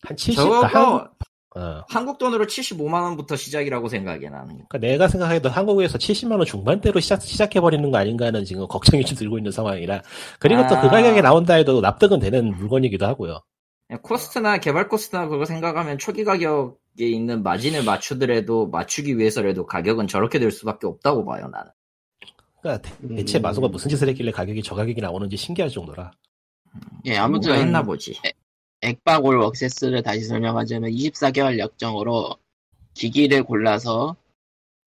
한 70,
저거
한, 어,
한국 돈으로 75만 원부터 시작이라고 생각해 나는.
그러니까 내가 생각하기도 한국에서 70만 원 중반대로 시작 시작해 버리는 거 아닌가는 지금 걱정이 좀 들고 있는 상황이라 그리고 또 그
아.
가격에 나온다 해도 납득은 되는 물건이기도 하고요.
아.
코스트나 개발 코스트나 그거 생각하면 초기 가격에 있는 마진을 맞추더라도 맞추기 위해서라도 가격은 저렇게 될 수밖에 없다고 봐요 나는.
그러니까 대- 대체
음.
마소가 무슨 짓을 했길래 가격이 저 가격이 나오는지 신기할 정도라.
예,
뭐가
아무튼
했나 보지.
액박 올 억세스를 다시 설명하자면 24개월 약정으로 기기를 골라서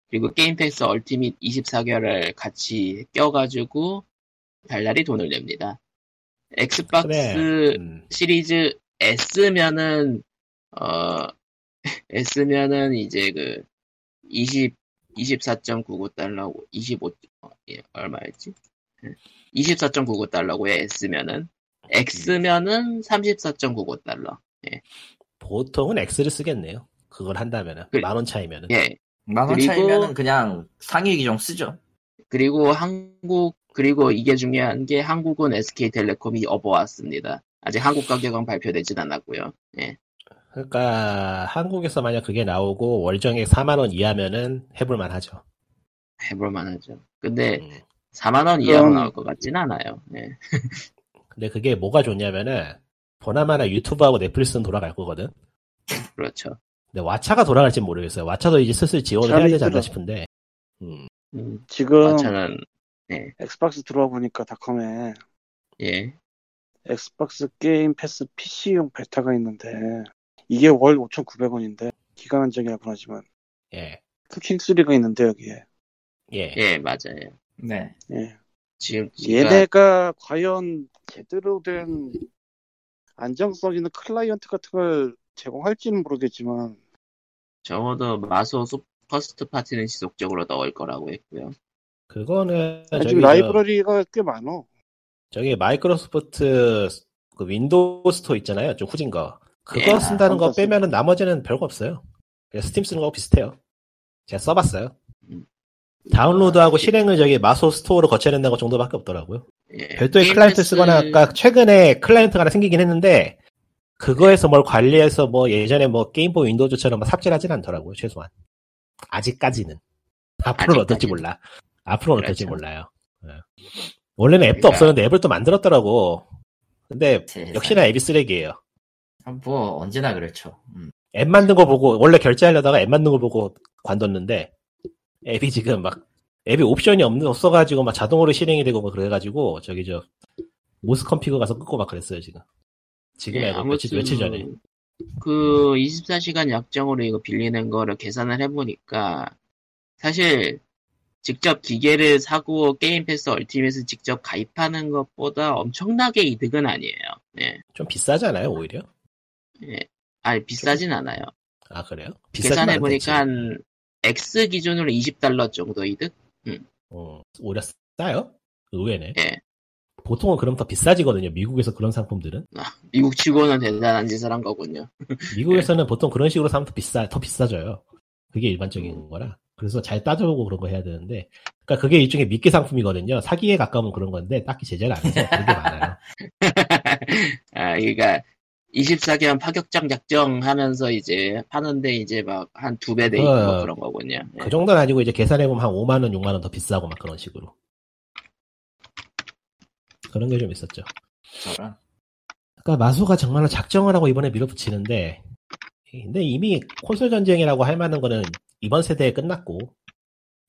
그리고 게임 패스 얼티밋 24개월을 같이 껴가지고 달달이 돈을 냅니다. 엑스박스 그
음,
시리즈 S면은 어 S면은 이제 그 20, 24.99달러고 25 어, 예, 얼마였지? 예. 24.99달러고요 S면은 X면은 34.99달러.
보통은 X를 쓰겠네요. 그걸 한다면은
그래.
만 원 차이면은
예.
만 원
그리고-
차이면은 그냥 상위 기종 쓰죠.
그리고 한국 그리고 이게 중요한 게 한국은 SK텔레콤이 업어왔습니다. 아직 한국 가격은 발표되진 않았고요. 예.
그러니까 한국에서 만약 그게 나오고 월정액 4만 원 이하면은 해볼 만하죠.
해볼 만하죠. 근데
음.
4만 원 이하로
그럼-
나올 것 같진 않아요. 예.
근데 그게 뭐가 좋냐면은 보나마나 유튜브하고 넷플릭스는 돌아갈 거거든.
그렇죠.
근데 와차가 돌아갈지 모르겠어요. 와차도 이제 슬슬 지원을 해야
사람이
되지 않나
힘들어.
싶은데. 음.
음,
지금
저는
엑스박스 들어와 보니까 닷컴에
예.
엑스박스 게임 패스 PC용 베타가 있는데 이게 월 5,900원인데 기간 한정이라고 하지만
예.
쿠킹 3가 있는데 여기에
예.
예, 맞아요.
네.
예.
지금 그러니까
얘네가 과연 제대로 된 안정성 있는 클라이언트 같은 걸 제공할지는 모르겠지만
적어도 마소 소- 퍼스트 파티는 지속적으로 넣을 거라고 했고요.
그거는
지금
네, 저기, 저,
라이브러리가 꽤 많어.
저기 마이크로소프트 그 윈도우 스토어 있잖아요. 좀 후진 거. 그거
예.
쓴다는
아,
거
깜짝이야.
빼면은 나머지는 별거 없어요. 그냥 스팀 쓰는 거하고 비슷해요. 제가 써봤어요.
음. 아,
다운로드하고 실행을 저기 마소 스토어로 거쳐야 된다고 정도밖에 없더라고요.
예.
별도의
게임
클라이언트
패스-
쓰거나 아까 최근에 클라이언트가 하나 생기긴 했는데 그거에서 뭘 관리해서 뭐 예전에 뭐 게임보이 윈도우즈처럼 막 삽질하진 않더라고요 최소한 아직까지는 앞으로는 어떨지
아직까지는.
몰라 앞으로는 어떨지
그렇죠.
몰라요 예. 원래는 앱도
그러니까-
없었는데 앱을 또 만들었더라고 근데
세상에.
역시나 앱이 쓰레기예요.
뭐 언제나 그렇죠. 음.
앱 만든 거 보고 원래 결제하려다가 앱 만든 거 보고 관뒀는데 앱이 지금 막 앱이 옵션이 없는 없어가지고 막 자동으로 실행이 되고 막 그래가지고 저기 저 모스 컴피그 가서 끄고 막 그랬어요 지금. 지금
예,
말고 며칠, 며칠 전에.
그 24시간 약정으로 이거 빌리는 거를 계산을 해보니까 사실 직접 기계를 사고 게임 패스 얼티밋을 직접 가입하는 것보다 엄청나게 이득은 아니에요. 예.
좀 비싸잖아요 오히려.
아니 비싸진 않아요.
아 그래요? 비싸진
계산해
않은데
보니까
지금.
X 기준으로 20달러 정도 이득?
어, 오히려 싸요? 의외네.
예.
보통은 그럼 더 비싸지거든요. 미국에서 그런 상품들은.
미국 치고는 대단한 짓을 한 거군요.
미국에서는 보통 그런 식으로 사면 더 비싸 더 비싸져요. 그게 일반적인 거라. 그래서 잘 따져보고 그런 거 해야 되는데, 그러니까 그게 일종의 미끼 상품이거든요. 사기에 가까운 그런 건데 딱히 제재를 안 해서 그런 게 많아요.
아, 그러니까 24개월 파격장 약정하면서 이제 파는데 이제 막 한 두 배 돼 있고
어,
막 그런 거군요. 예.
그 정도는 아니고 이제 계산해 보면 한 5만 원, 6만 원 더 비싸고 막 그런 식으로. 그런 게 좀 있었죠.
저런.
그러니까 마소가 정말로 작정을 하고 이번에 밀어붙이는데, 근데 이미 콘솔 전쟁이라고 할 만한 거는 이번 세대에 끝났고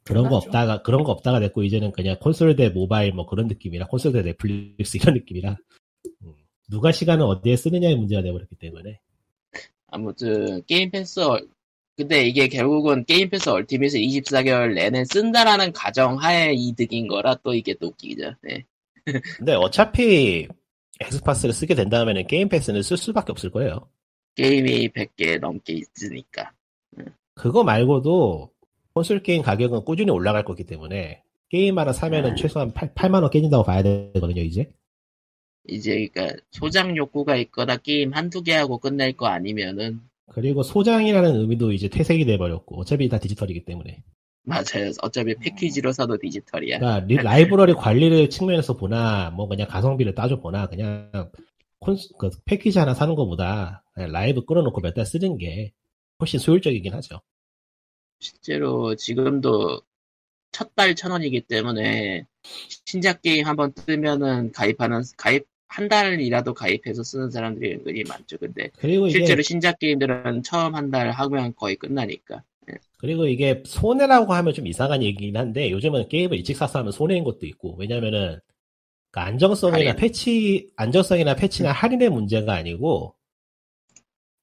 그런 거
끝났죠.
없다가 그런 거 없다가 됐고 이제는 그냥 콘솔 대 모바일 뭐 그런 느낌이라 콘솔 대 넷플릭스 이런 느낌이라 음, 누가 시간을 어디에 쓰느냐의 문제가 돼버렸기 때문에
아무튼 게임 패스 얼- 근데 이게 결국은 게임 패스 얼티밋을 24개월 내내 쓴다라는 가정하에 이득인 거라 또 이게 또 웃기죠. 네.
근데 어차피 엑스박스를 쓰게 된다면은 게임 패스는 쓸 수밖에 없을 거예요.
게임이 100개 넘게 있으니까.
그거 말고도 콘솔 게임 가격은 꾸준히 올라갈 거기 때문에 게임 하나 사면은
음.
최소한 8, 8만 원 깨진다고 봐야 되거든요 이제
이제 그러니까 소장 욕구가 있거나 게임 한두 개 하고 끝낼 거 아니면은
그리고 소장이라는 의미도 이제 퇴색이 돼버렸고 어차피 다 디지털이기 때문에
맞아요. 어차피 패키지로 사도 디지털이야.
그러니까 리- 라이브러리 관리를 측면에서 보나 뭐 그냥 가성비를 따져 보나 그냥 콘, 그 패키지 하나 사는 것보다 그냥 라이브 끌어놓고 몇 달 쓰는 게 훨씬 소율적이긴 하죠
실제로 지금도 첫 달 천 원이기 때문에 신작 게임 한번 뜨면은 가입하는 가입 한 달이라도 가입해서 쓰는 사람들이 은근히 많죠. 근데
그리고 이게
실제로 신작 게임들은 처음 한 달 하면 거의 끝나니까.
그리고 이게 손해라고 하면 좀 이상한 얘기긴 한데 요즘은 게임을 일찍 사서 하면 손해인 것도 있고 왜냐면은 그 안정성이나
할인.
패치 안정성이나 패치나 할인의 문제가 아니고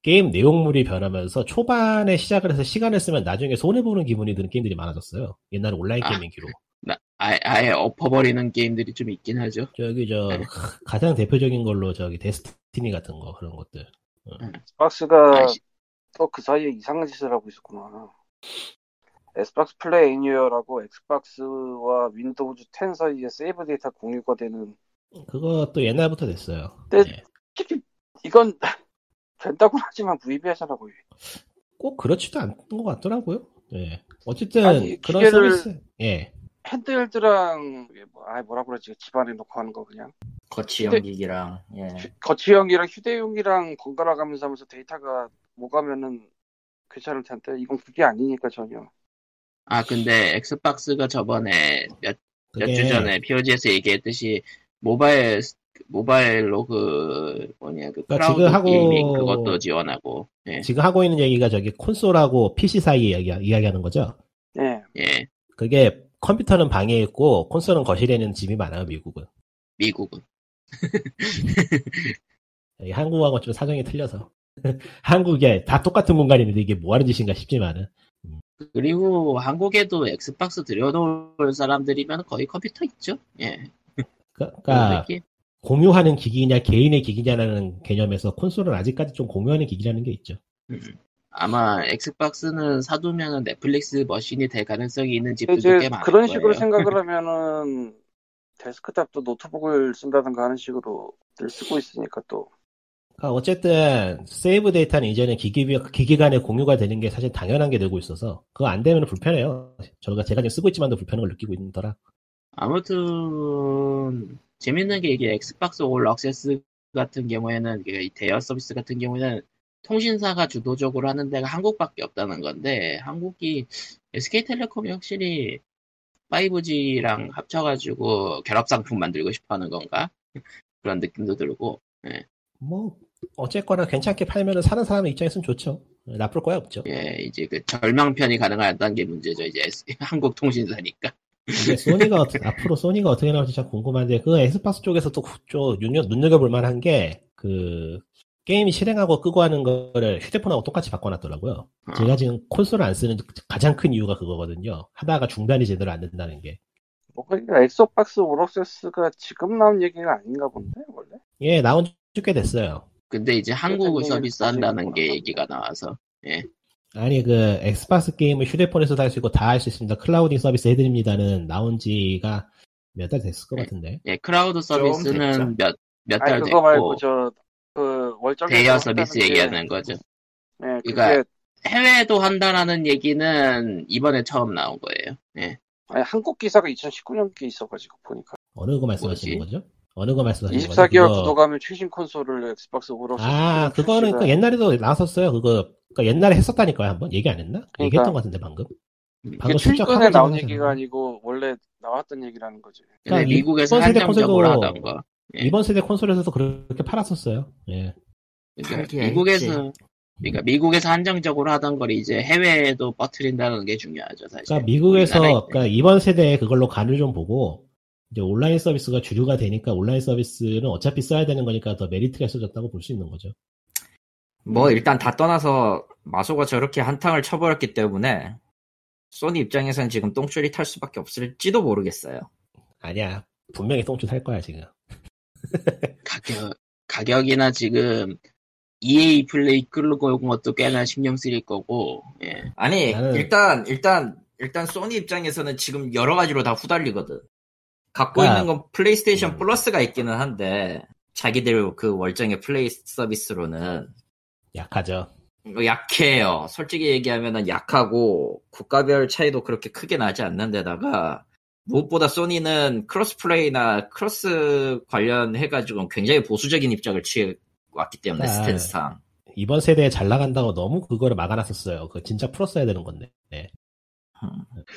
게임 내용물이 변하면서 초반에 시작을 해서 시간을 쓰면 나중에 손해 보는 기분이 드는 게임들이 많아졌어요. 옛날 온라인
아.
게임기로
나- 아예, 아예 엎어버리는 게임들이 좀 있긴 하죠.
저기 저
네.
가장 대표적인 걸로 저기 데스티니 같은 거 그런 것들
엑스박스가
아이씨.
또 그 사이에 이상한 짓을 하고 있었구나. 엑스박스 플레이 애니어라고 엑스박스와 윈도우즈 10 사이에 세이브 데이터 공유가 되는
그것도 옛날부터 됐어요.
네.
예.
특히 이건 된다고 하지만 무의미하잖아요.
꼭 그렇지도 않은 것 같더라고요. 예. 어쨌든
아니,
그런
기계를-
서비스 예.
핸드헬드랑 이게 뭐, 아 뭐라 그러지 집안에 놓고 하는 거 그냥
네.
거치형 기기랑 예.
거치형이랑 휴대용이랑 번갈아 가면서 하면서 데이터가 뭐 모가면은 괜찮을 텐데 이건 그게 아니니까 전혀
아 근데 엑스박스가 저번에 몇 주
그게-
전에 POG에서 얘기했듯이 모바일 스- 모바일로 그 뭐냐 그
그러니까
크라우드
지금 하고-
게이밍 그것도 지원하고 예.
지금 하고 있는 얘기가 저기 콘솔하고 PC 사이에 이야기, 이야기하는 거죠.
예
예.
그게 컴퓨터는 방에 있고 콘솔은 거실에 있는 집이 많아요, 미국은.
미국은
여기 한국하고 좀 사정이 틀려서. 한국에 다 똑같은 공간인데 이게 뭐 하는 짓인가 싶지만은.
그리고 한국에도 엑스박스 들여놓을 사람들이면 거의 컴퓨터 있죠. 예.
그러니까
그러니까
공유하는 기기냐 개인의 기기냐라는 개념에서 콘솔은 아직까지 좀 공유하는 기기라는 게 있죠.
아마 엑스박스는 사두면은 넷플릭스 머신이 될 가능성이 있는 집들도 꽤
이제
많을
그런
거예요.
식으로 생각을 하면은 데스크탑도 노트북을 쓴다든가 하는 식으로 늘 쓰고 있으니까 또
그러니까 어쨌든 세이브 데이터는 이제는 기기 비- 기기 간의 공유가 되는 게 사실 당연한 게 되고 있어서 그거 안 되면 불편해요. 저가 제가 지금 쓰고 있지만도 불편함을 느끼고 있더라.
아무튼 재밌는 게 이게 엑스박스 올 액세스 같은 경우에는 이게 이 대여 서비스 같은 경우에는 통신사가 주도적으로 하는 데가 한국밖에 없다는 건데 한국이 SK텔레콤이 확실히 5G랑 합쳐가지고 결합 상품 만들고 싶어하는 건가 그런 느낌도 들고 네.
뭐 어쨌거나 괜찮게 팔면은 사는 사람 입장에서는 좋죠. 나쁠 거야 없죠.
예, 이제 그 절망편이 가능하다는 게 문제죠. 이제 S- 한국 통신사니까.
근데 소니가 어떠- 앞으로 소니가 어떻게 나올지 참 궁금한데 그 에스파스 쪽에서 또좀 눈여겨볼 만한 게 그 게임이 실행하고 끄고 하는 거를 휴대폰하고 똑같이 바꿔놨더라고요.
아.
제가 지금 콘솔을 안 쓰는 가장 큰 이유가 그거거든요. 하다가 중단이 제대로 안 된다는 게.
뭐 그러니까 엑소박스 오락세스가 지금 나온 얘기가 아닌가 본데 원래.
예, 나온 지 꽤 됐어요.
근데 이제 한국을
그래서
서비스한다는 게
그거구나.
얘기가 나와서
아니 그 엑스박스 게임을 휴대폰에서도 할 수 있고 다 할 수 있습니다. 클라우딩 서비스 해드립니다는 나온 지가 몇 달 됐을 것
네.
같은데.
예, 크라우드
됐죠.
서비스는 몇 몇
아니
달
그거 말고
됐고
저 그
그러니까
월정
대여 서비스 얘기하는 거죠.
예, 그게
그러니까- 해외도 한다라는 얘기는 이번에 처음 나온 거예요. 예.
아니, 한국 기사가 2019년께 있어가지고 보니까
어느 거 말씀하시는 거죠? 어느 거 말씀하시는 거죠?
24개월
그거-
구독하면 최신 콘솔을 엑스박스 오락세스.
네, 아, 그거는 그 옛날에도 나왔었어요. 그거 그러니까 옛날에 했었다니까요 한번 얘기 안 했나? 얘기했던 것 같은데 방금. 방금 슬쩍
최근에
하고
나온
지나가잖아요.
얘기가 아니고 원래 나왔던 얘기라는 거지.
근데
그러니까
미국에서
일본 세대
한정적으로
콘솔도-
하던 거. 예.
이번 세대 콘솔에서도 그렇게 팔았었어요. 예.
그러니까
팔기야,
미국에서 그러니까 미국에서 한정적으로 하던 걸 이제 해외에도 뻗트린다는 게 중요하죠, 사실.
그러니까 미국에서
우리나라에
그러니까 이번 세대에 그걸로 간을 좀 보고 이제 온라인 서비스가 주류가 되니까 온라인 서비스는 어차피 써야 되는 거니까 더 메리트가 있어졌다고 볼 수 있는 거죠.
음.
뭐 일단 다 떠나서 마소가 저렇게 한탕을 쳐버렸기 때문에 소니 입장에선 지금 똥줄이 탈 수밖에 없을지도 모르겠어요.
아니야. 분명히 똥줄 살 거야 지금.
가격 가격이나 지금 EA 플레이 끌고 온 것도 꽤나 신경 쓰일 거고. 예.
아니
나는-
일단 일단 일단 소니 입장에서는 지금 여러 가지로 다 후달리거든. 갖고
아.
있는 건 플레이스테이션
음.
플러스가 있기는 한데 자기들 그 월정의 플레이 서비스로는
약하죠.
약해요. 솔직히 얘기하면 약하고 국가별 차이도 그렇게 크게 나지 않는데다가 무엇보다 소니는 크로스 플레이나 크로스 관련해가지고 굉장히 보수적인 입장을 취해 왔기 때문에
아.
스탠스상
이번 세대에 잘 나간다고 너무 그거를 막아놨었어요. 그 진짜 풀었어야 되는 건데. 네.
음.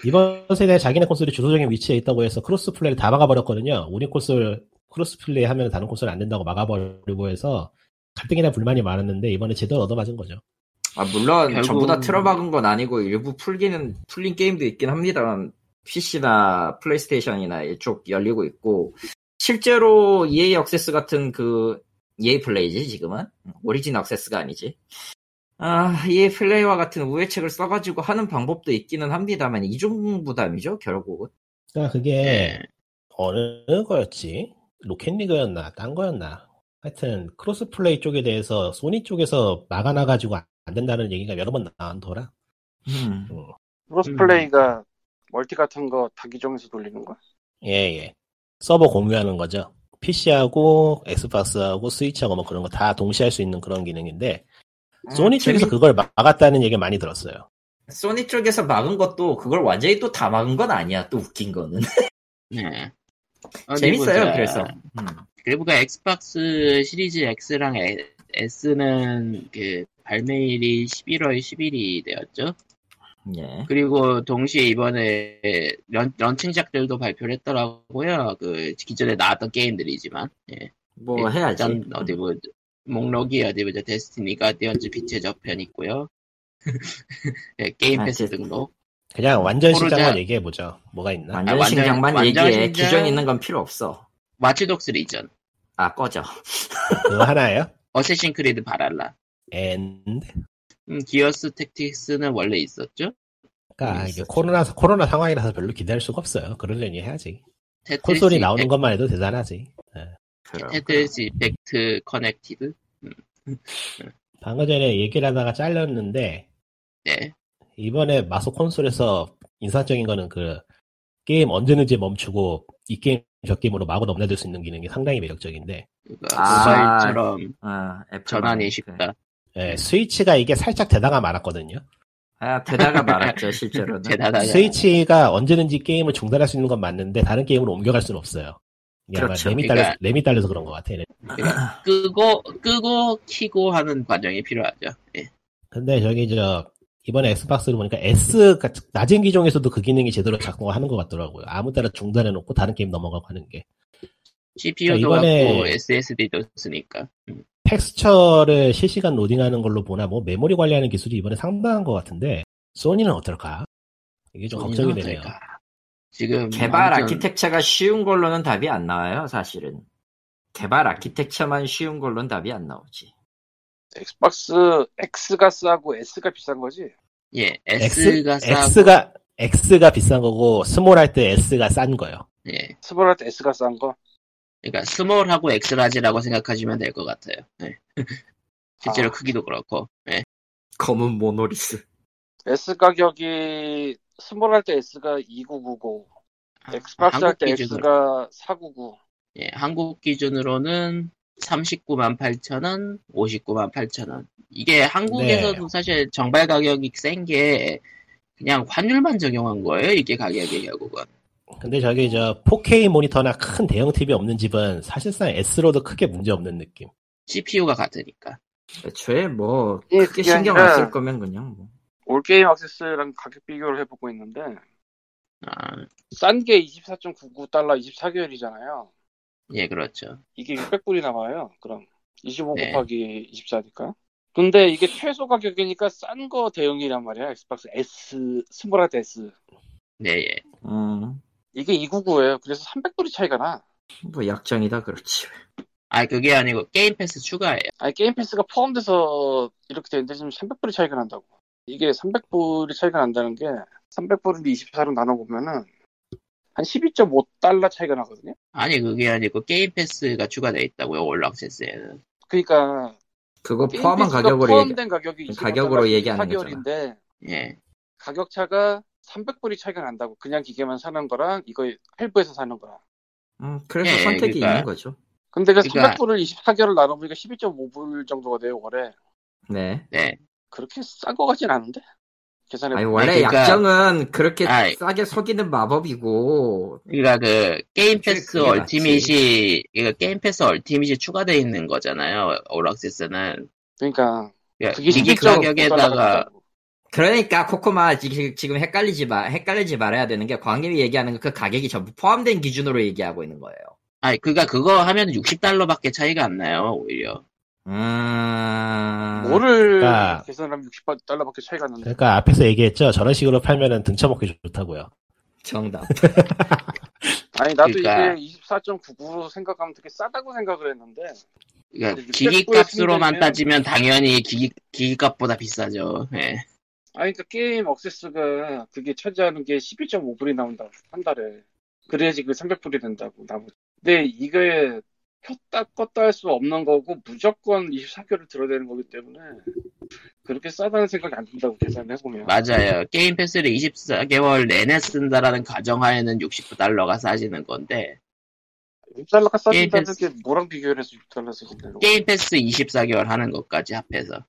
이번 세대에 자기네 콘솔이 주도적인 위치에 있다고 해서 크로스 플레이를 다 막아버렸거든요. 우리 콘솔 크로스 플레이 하면 다른 콘솔 안 된다고 막아버리고 해서 갈등이나 불만이 많았는데 이번에 제대로 얻어맞은 거죠.
아, 물론
결국-
전부 다 틀어박은 건 아니고 일부 풀기는 풀린 게임도 있긴 합니다만 PC나 플레이스테이션이나 이쪽 열리고 있고 실제로 EA 액세스 같은 그 EA 플레이지 지금은 오리진 액세스가 아니지. 아, EA 플레이와 같은 우회책을 써가지고 하는 방법도 있기는 합니다만 이중 부담이죠 결국은.
그러니까 그게
예.
어느 거였지? 로켓리그였나? 딴 거였나? 하여튼 크로스 플레이 쪽에 대해서 소니 쪽에서 막아놔가지고 안 된다는 얘기가 여러 번 나왔더라.
음.
크로스 플레이가 멀티 같은 거 다 기종에서 돌리는 거야?
예, 예. 서버 공유하는 거죠. PC하고 엑스박스하고 스위치하고 뭐 그런 거 다 동시에 할 수 있는 그런 기능인데 소니 쪽에서 그걸 막았다는 얘기 많이 들었어요.
소니 쪽에서 막은 것도 그걸 완전히 또 다 막은 건 아니야. 또 웃긴 거는
네. 어디
재밌어요.
보자.
그래서 음.
그리고 엑스박스 시리즈 X랑 에- S는 그 발매일이 11월 10일이 되었죠.
예.
그리고 동시에 이번에 런, 런칭작들도 발표를 했더라고요. 그 기존에 나왔던 게임들이지만. 예.
뭐 해야지.
일단 어디 보 목록이 어디 보자. 데스티니 가디언즈 빛의 저편 있고요. 예, 게임
아,
패스
데스-
등록.
그냥 완전
포르자.
시장만 얘기해 보죠. 뭐가 있나?
완전
아, 완전-
신장만
완전
얘기해.
신장?
기존 있는 건 필요 없어.
와치독스 리전.
아, 꺼져.
그거 하나예요?
어쌔신 크리드 바랄라.
엔
음, 기어스 택틱스는 원래 있었죠.
그러니까 이게
있었죠.
코로나 코로나 상황이라서 별로 기대할 수가 없어요. 그러려니 해야지.
테트리스
콘솔이 나오는
이펙-
것만 해도 대단하지.
그럼.
그러니까.
테트리스 이펙트 커넥티드.
방금 전에 얘기를 하다가 잘렸는데
네.
이번에 마소 콘솔에서 인상적인 거는 그 게임 언제든지 멈추고 이 게임 저 게임으로 마구 넘나들 수 있는 기능이 상당히 매력적인데
이거
아,
네.
모바일처럼
아, 애플
전환이
마크.
쉽다.
음.
예, 스위치가 이게 살짝 대다가 많았거든요.
아, 대다가 말았죠, 실제로는.
대단하다.
스위치가 언제든지 게임을 중단할 수 있는 건 맞는데 다른 게임으로 옮겨갈 수는 없어요. 이게 아마
그렇죠.
램이
그러니까-
딸려서, 램이 딸려서 그런 것 같아요.
네. 끄고 끄고 키고 하는 과정이 필요하죠. 예.
근데 저기 저 이번에 엑스박스를 보니까 S 가- 낮은 기종에서도 그 기능이 제대로 작동을 하는 것 같더라고요. 아무 때나 중단해놓고 다른 게임 넘어가고 하는 게
CPU도
이번에-
갖고 SSD도 쓰니까. 음.
텍스처를 실시간 로딩하는 걸로 보나 뭐 메모리 관리하는 기술이 이번에 상당한 것 같은데 소니는 어떨까? 이게 좀 걱정이 되네요.
어떨까? 음, 아, 지금
개발
아무튼
아키텍처가 쉬운 걸로는 답이 안 나와요, 사실은. 개발 아키텍처만 쉬운 걸로는 답이 안 나오지.
엑스박스 X가 싸고 S가 비싼 거지.
예
X?
S가 싸고
X가 X가 비싼 거고 스몰 할 때 S가 싼 거예요.
예
스몰할 때 S가 싼 거.
그러니까 스몰하고 엑스라지라고 생각하시면 될 것 같아요. 예. 실제로
아.
크기도 그렇고 예.
검은 모노리스.
S 가격이 스몰할 때 S가 2999, 엑스박스 할 때
아, 한국 기준으로.
X가 499.
예, 한국 기준으로는 39만 8천 원, 59만 8천 원. 이게 한국에서도
네.
사실 정발 가격이 센 게 그냥 환율만 적용한 거예요. 이게 가격이 결국은.
근데 저기 저 4K 모니터나 큰 대형 TV 없는 집은 사실상 S로도 크게 문제 없는 느낌.
CPU가 같으니까.
애초에 뭐,
예,
크게
그게
신경
아니라-
안 쓸 거면 그냥 뭐.
올게임 액세스랑 가격 비교를 해보고 있는데
아,
싼 게 24.99달러 24개월이잖아요.
예, 그렇죠.
이게 600불이 나와요. 그럼 25
네.
곱하기 24니까. 근데 이게 최소 가격이니까 싼 거 대형이란 말이야. 엑스박스 S, 스몰할 때 S.
네, 예.
음,
이게 299예요. 그래서 300불이 차이가 나.
뭐 약정이다 그렇지.
아, 그게 아니고 게임 패스 추가예요.
아니 게임 패스가 포함돼서 이렇게 되는데 지금 300불이 차이가 난다고. 이게 300불이 차이가 난다는 게 300불을 24로 나눠 보면은 한 12.5달러 차이가 나거든요.
아니, 그게 아니고 게임 패스가 추가되어 있다고요. 올락세스에는.
그러니까
그거
게임
포함한
패스가
가격으로
포함된 가격이
가격으로 얘기하는
4개월인데
예.
가격 차가 300불이 차이가 난다고. 그냥 기계만 사는 거랑 이거 할부해서 사는 거랑.
음, 그래서
예,
선택이
그러니까.
있는 거죠.
근데 그
그러니까-
300불을 24개월 나눠 보니까 12.5불 정도가 돼요 월에.
네.
네.
그렇게 싼 거 같진 않은데 계산해.
아니
보면.
원래
아니, 그러니까-
약정은 그렇게
아이.
싸게 속이는 마법이고
그러니까 그 게임 패스
그게 맞지.
얼티밋이 이거 게임 패스 얼티밋이 추가되어 있는 거잖아요. 올락세스는.
그러니까
그러니까
그게
기기
12.5
가격에다가
그러니까 코코마 지- 지금 헷갈리지 마 헷갈리지 말아야 되는 게 광님이 얘기하는 그 가격이 전부 포함된 기준으로 얘기하고 있는 거예요.
아니 그니까 그거 하면 60달러밖에 차이가 안 나요 오히려 아,
음...
뭐를
그러니까-
계산하면 60달러밖에 차이가 안 나는데
그러니까 앞에서 얘기했죠. 저런 식으로 팔면은 등쳐먹기 좋다고요.
정답.
아니 나도
그러니까-
이게 24.99로 생각하면 되게 싸다고 생각을 했는데
그러니까
근데
기기
60달러
값으로만
수준이면-
따지면 당연히 기기 기기 값보다 비싸죠 예.
아니 그러니까 게임 억세스가 그게 차지하는 게 12.5불이 나온다고 한 달에 그래야지 그 300불이 된다고 나머지 근데 이게 켰다 껐다 할 수 없는 거고 무조건 24개를 들어야 되는 거기 때문에 그렇게 싸다는 생각이 안 든다고 계산을 해보면
맞아요 게임 패스를 24개월 내내 쓴다라는 가정하에는 60달러가 싸지는 건데
6달러가 싸진다는
게임
게 뭐랑 비교해서 6달러 싸진다는 거
게임 패스 24개월 하는 것까지 합해서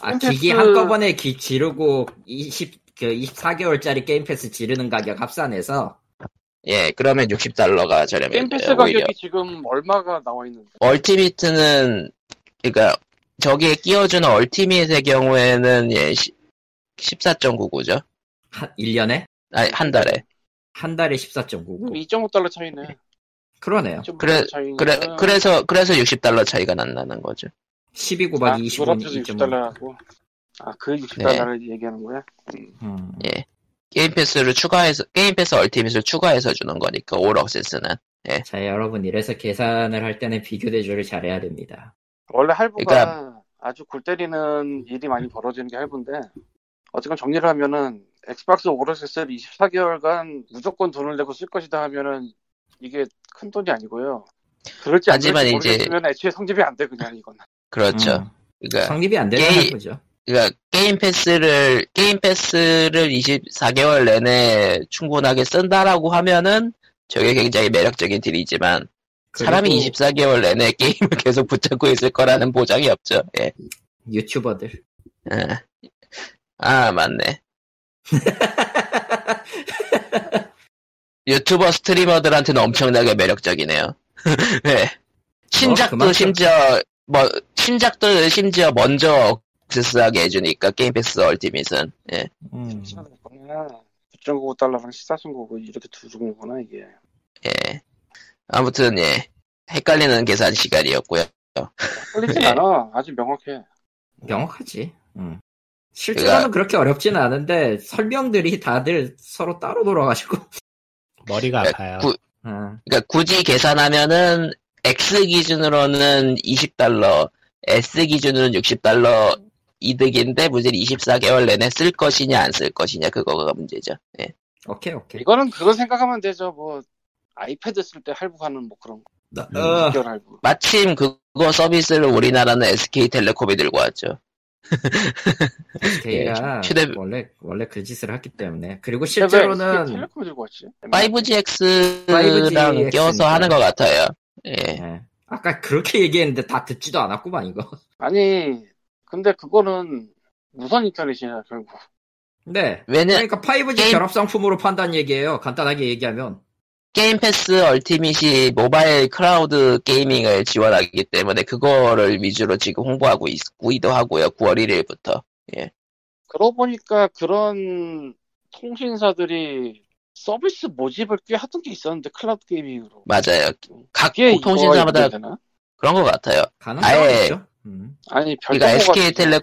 아,
게임
기기
패스-
한꺼번에 기, 지르고 20, 그 24개월짜리 게임 패스 지르는 가격 합산해서
예 그러면 60달러가
게임
저렴해요
패스
오히려
가격이 지금 얼마가 나와 있는데
얼티밋은 그러니까 저기에 끼워주는 얼티밋의 경우에는 예 14.99죠
한 1년에
아니 한 달에
한 달에
음,
그-
14.99.
2.5달러 차이네.
그러네요.
그래-
차이는
그래, 그래서, 그래서 60달러 차이가 난다는 거죠.
12
아,
곱하기 25는 2.5.
60달러라고. 아, 그
네.
60달러를 얘기하는 거야?
음.
예. 게임 패스를 추가해서, 게임 패스 얼티밋을 추가해서 주는 거니까, 올 억세스는.
자, 여러분 이래서 계산을 할 때는 비교 대조를 잘해야 됩니다.
원래 할부가
그러니까-
아주 골 때리는 일이 많이 벌어지는 게 할부인데, 어쨌건 정리를 하면은, 엑스박스 오로세스를 24개월간 무조건 돈을 내고 쓸 것이다 하면은, 이게 큰 돈이 아니고요. 그럴지 안
하지만
그럴지
이제-
모르겠으면 애초에 성립이 안 돼, 그냥 이건.
그렇죠.
음.
그러니까,
성립이 안 되는
게이-
거죠.
그러니까 게임 패스를, 게임 패스를 24개월 내내 충분하게 쓴다라고 하면은, 저게 굉장히 매력적인 딜이지만, 사람이 24개월 내내 게임을 계속 붙잡고 있을 거라는 보장이 없죠. 예.
유튜버들.
예. 아, 맞네. 유튜버 스트리머들한테는 엄청나게 매력적이네요. 네. 신작도
그만큼-
심지어, 뭐, 신작도 심지어 먼저 액세스하게 해주니까, 게임 패스 얼티밋은. 예.
음.
9.99달러랑 14.99 이렇게 두 종류구나, 이게.
예. 아무튼, 예. 헷갈리는 계산 시간이었고요. 네.
헷갈리진 않아. 아주 명확해.
명확하지. 음.
그러니까
실제로는 그렇게 어렵진 않은데 설명들이 다들 서로 따로 돌아가지고.
머리가
야,
아파요.
네, 구-
음.
그러니까 굳이 계산하면은 X 기준으로는 20달러, S 기준으로는 60달러 이득인데 문제는 24개월 내내 쓸 것이냐 안 쓸 것이냐 그거가 문제죠. 예.
오케이 오케이.
이거는 그거 생각하면 되죠. 뭐 아이패드 쓸 때 할부하는 뭐 그런 거.
음, 아,
어,
6개월 할부.
마침 그거 서비스를 우리나라는 SK텔레콤이 들고 왔죠.
SK가
휴대-
원래 원래 그 짓을 했기 때문에 그리고
왜
실제로는
텔레콤 들고 왔지.
5GX랑
5GX 니까.
껴서 하는 것 같아요. 예.
예. 아까 그렇게 얘기했는데 다 듣지도 않았구만 이거.
아니 근데 그거는 무선 인터넷이냐 결국.
네.
왜냐
그러니까 5G
게임-
결합 상품으로 판단 얘기예요. 간단하게 얘기하면
게임 패스 얼티밋이 모바일 크라우드 게이밍을 지원하기 때문에 그거를 위주로 지금 홍보하고 있기도 하고요. 9월 1일부터.
그러고 보니까 그런 통신사들이 서비스 모집을 꽤 하던 게 있었는데 클라우드 게이밍으로.
맞아요. 각
그게
통신사마다
이거에 되나?
그런 것 같아요. 아예-
가능하죠. 음.
아니 별
그러니까
정보가
SK텔레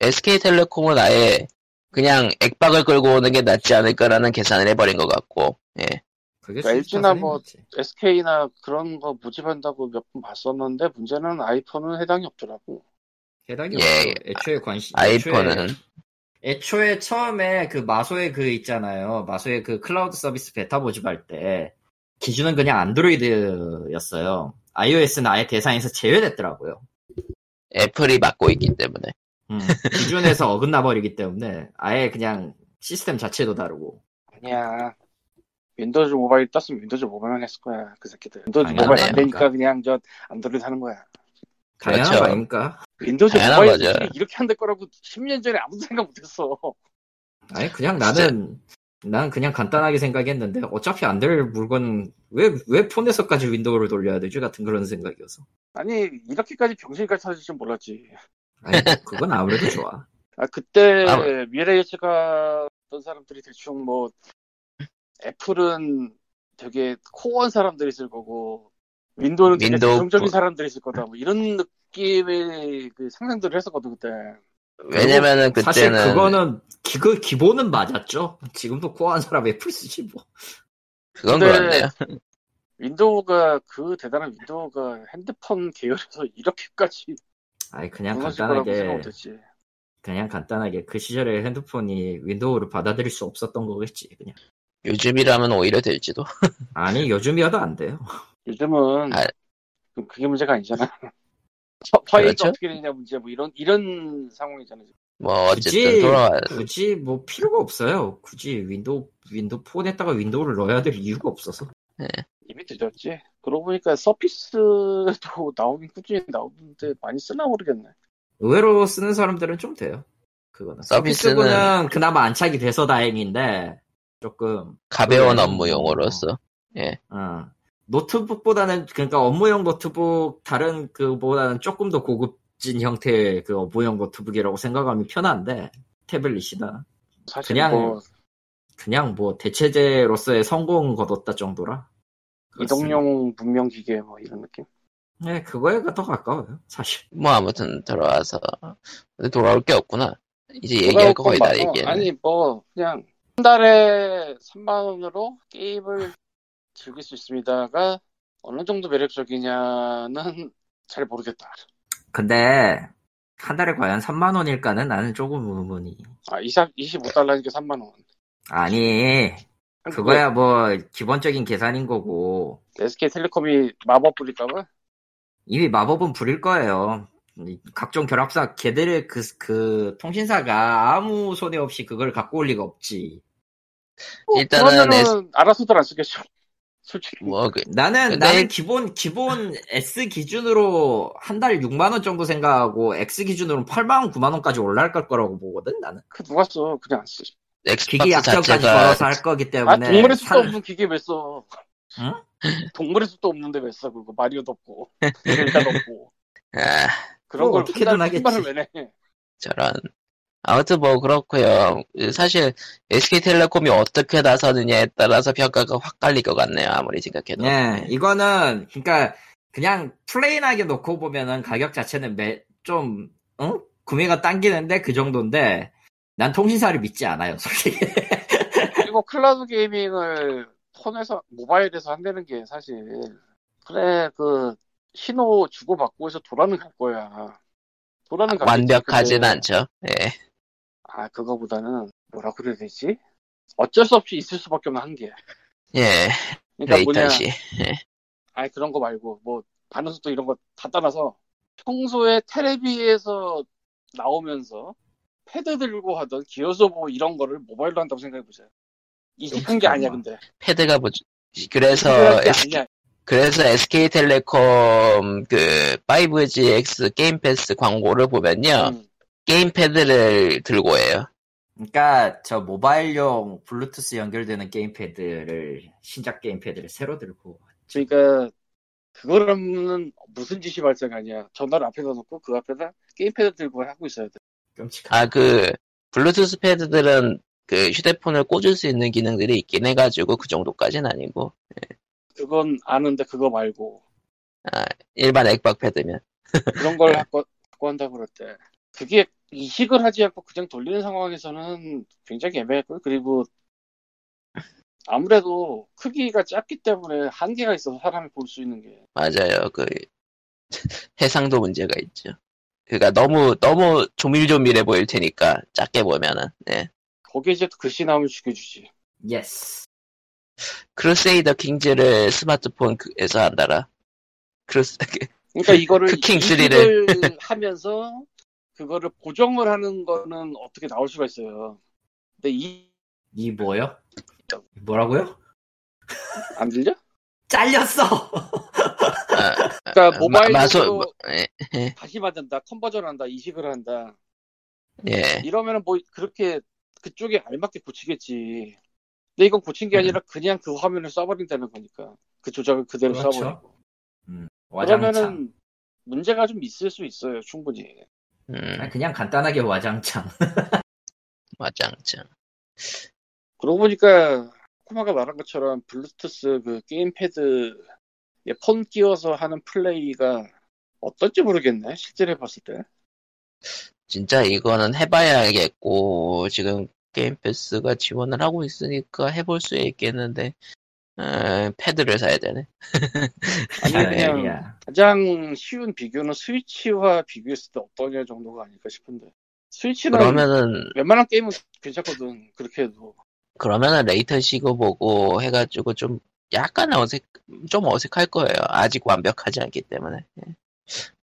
SK텔레콤은 아예 그냥 액박을 끌고 오는 게 낫지 않을까라는 계산을 해버린 것 같고. 예.
그게
그러니까
수직
LG 나 뭐-
자산인 거지.
SK나 그런 거 모집한다고 몇 번 봤었는데 문제는 아이폰은 해당이 없더라고.
해당이
예.
없죠. 애초에 관심.
아이폰은
애초에, 애초에 처음에 그 마소의 그 있잖아요. 마소의 그 클라우드 서비스 베타 모집할 때 기준은 그냥 안드로이드였어요. iOS는 아예 대상에서 제외됐더라고요.
애플이 맡고 있기 때문에.
음, 기준에서 어긋나 버리기 때문에 아예 그냥 시스템 자체도 다르고.
아니야. 윈도우즈 모바일 떴으면 윈도우즈 모바일만 했을 거야 그 새끼들. 윈도우즈
당연하네요.
모바일 안 되니까 그냥 저 안드로이드 하는 거야.
당연한
그렇죠.
거 아닙니까?
윈도우즈
당연한
모바일
거죠.
기술이 이렇게 한될 거라고 10년 전에 아무도 생각 못했어.
아니 그냥 나는 난 그냥 간단하게 생각했는데 어차피 안 될 물건 왜 왜 폰에서까지 윈도우를 돌려야 되지 같은 그런 생각이어서
아니 이렇게까지 병신까지 터질 줄 몰랐지.
아니 그건 아무래도 좋아
아 그때
아,
미래에 제가 어떤 사람들이 대충 뭐 애플은 되게 코어한 사람들이 있을 거고 윈도우는 되게
윈도우
대중적인
거-
사람들이 있을 거다 뭐 이런 느낌의 그 상상들을 했었거든 그때
왜냐면은 그때는
사실 그거는 기, 그 기본은 맞았죠 지금도 코어한 사람 애플 쓰지 뭐
건
근데-
그렇네요.
윈도우가 그 대단한 윈도우가 핸드폰 계열에서 이렇게까지
아니 그냥
무너질 거라고 생각
간단하게
못했지
그냥 간단하게 그 시절에 핸드폰이 윈도우를 받아들일 수 없었던 거겠지 그냥
요즘이라면 오히려 될지도.
아니 요즘이어도 안 돼요
요즘은
아.
그- 그게 문제가 아니잖아 파- 파일이
그렇죠.
어떻게 되냐 문제 뭐 이런 이런 상황이잖아 지금.
뭐 어쨌든
굳이-
돌아와.
굳이 뭐 필요가 없어요 굳이 윈도우 윈도우 폰에다가 윈도우를 넣어야 될 이유가 없어서
이미 늦었지. 그러고 보니까 서피스도 나오긴 꾸준히 나오는데 많이 쓰나 모르겠네.
의외로 쓰는 사람들은 좀 돼요. 그거는.
서비스는-
서비스는 그나마 안착이 돼서 다행인데, 조금,
가벼운
그래.
업무용으로서
어, 노트북보다는, 그러니까 업무용 노트북, 다른 그보다는 조금 더 고급진 형태의 그 업무용 노트북이라고 생각하면 편한데, 태블릿이다.
사실
그냥
뭐
그냥 뭐 대체제로서의 성공 거뒀다 정도라.
이동용 문명기계 뭐 이런 느낌.
그렇습니다. 네, 그거에 더 가까워요, 사실.
뭐 아무튼 돌아와서 근데 돌아올 게 없구나. 이제 얘기할 거 거의 다
돌아올 건 어, 많아.
얘기했네.
아니 뭐 그냥 한 달에 3만 원으로 게임을 즐길 수 있습니다가 어느 정도 매력적이냐는 잘 모르겠다.
근데, 한 달에 과연 3만원일까는 나는 조금 의문이.
아 24, 25달러니까 3만 원.
아니, 그거야 뭐 기본적인 계산인 거고
SK텔레콤이 마법 부릴까봐
이미 마법은 부릴 거예요. 각종 결합사 걔들의 그, 그 통신사가 아무 손해 없이 그걸 갖고 올 리가 없지.
어, 일단은
그러면은 알아서들 안 쓰겠죠. 솔직히
뭐 그-
나는
근데-
나는 기본 기본 S 기준으로 한 달 6만 원 정도 생각하고 X 기준으로는 8만 원, 9만 원까지 올라갈 걸 거라고 보거든 나는.
그 누가 써 그냥 안 쓰.
기기
엑스박스
약정까지
자체가
걸어서 할 거기
아,
때문에
동물의 숲도
살-
없는 기계 왜 써?
응?
동물의 숲도 없는데 왜 써? 그거 마리오도 없고, 델타도 없고.
아,
그런
뭐
걸
어떻게든
판단-
하겠지.
판단을 왜 내?
저런. 아무튼 뭐 그렇고요. 사실 SK텔레콤이 어떻게 나서느냐에 따라서 평가가 확 갈릴 것 같네요. 아무리 생각해도.
예, 이거는 그러니까 그냥 플레인하게 놓고 보면은 가격 자체는 매, 좀, 응? 구매가 당기는데 그 정도인데 난 통신사를 믿지 않아요, 솔직히.
그리고 클라우드 게이밍을 폰에서 모바일에서 한다는 게 사실 그래 그 신호 주고받고 해서 돌아는 갈 거야. 돌아는 갈
완벽하진 않죠. 예.
아 그거보다는 뭐라 그래야 되지? 어쩔 수 없이 있을 수밖에 없는 한계.
예.
그러니까 뭐냐?
레이턴시.
아니 그런 거 말고 뭐 반응 속도 이런 거 다 떠나서 평소에 텔레비에서 나오면서 패드 들고 하던 기어소보 이런 거를 모바일로 한다고 생각해보세요. 이직한 게 아니야 근데.
패드가 뭐 그래서
특별한 게
S-
아니야.
그래서 SK텔레콤 그 5GX 게임 패스 광고를 보면요.
음.
게임 패드를 들고 해요.
그러니까 저 모바일용 블루투스 연결되는 게임패드를 신작 게임패드를 새로 들고
그러니까 그거라면 무슨 짓이 발생하냐 전화를 앞에다 놓고 그 앞에다 게임패드 들고 하고 있어야 돼
끔찍한.
아 그 블루투스 패드들은 그 휴대폰을 꽂을 수 있는 기능들이 있긴 해가지고 그 정도까지는 아니고
그건 아는데 그거 말고
일반 액박 패드면
그런 걸 갖고, 갖고 한다고 그럴 때 그게 이식을 하지 않고 그냥 돌리는 상황에서는 굉장히 애매했고요 그리고 아무래도 크기가 작기 때문에 한계가 있어서 사람이 볼 수 있는 게
맞아요 그 해상도 문제가 있죠. 그러니까 너무 너무 조밀조밀해 보일 테니까 작게 보면은 네.
거기에 이제 또 글씨 나오면 죽여주지
예스.
크루세이더 킹즈를 스마트폰에서 한다라. 크루스
그러니까 이거를
크킹
이식을
쓰리를.
하면서 그거를 고정을 하는 거는 어떻게 나올 수가 있어요. 근데 이
이 뭐요? 뭐라고요?
안 들려?
잘렸어.
그러니까 모바일로
아, 마소 예,
다시 만든다, 컨버전 한다, 이식을 한다.
예.
이러면은 뭐 그렇게 그쪽에 알맞게 고치겠지. 근데 이건 고친
음.
게 아니라 그냥 그 화면을 써버린다는 거니까 그 조작을 그대로 써버려.
그렇죠. 음, 와장창.
그러면은 문제가 좀 있을 수 있어요, 충분히.
음.
그냥- 그냥 간단하게 와장창.
맞장창.
그러고 보니까 코마가 말한 것처럼 블루투스 그 게임패드에 폰 끼워서 하는 플레이가 어떨지 모르겠네 실제로 해봤을 때
진짜 이거는 해봐야겠고 지금 게임 패스가 지원을 하고 있으니까 해볼 수 있겠는데 어, 패드를 사야 되네.
아니 그냥
야
가장 쉬운 비교는 스위치와 비교했을 때 어떠냐 정도가 아닐까 싶은데 스위치는
그러면은
웬만한 게임은 괜찮거든 그렇게 해도
그러면은 레이턴시고 보고 해가지고 좀 약간 어색 좀 어색할 거예요. 아직 완벽하지 않기 때문에. 예.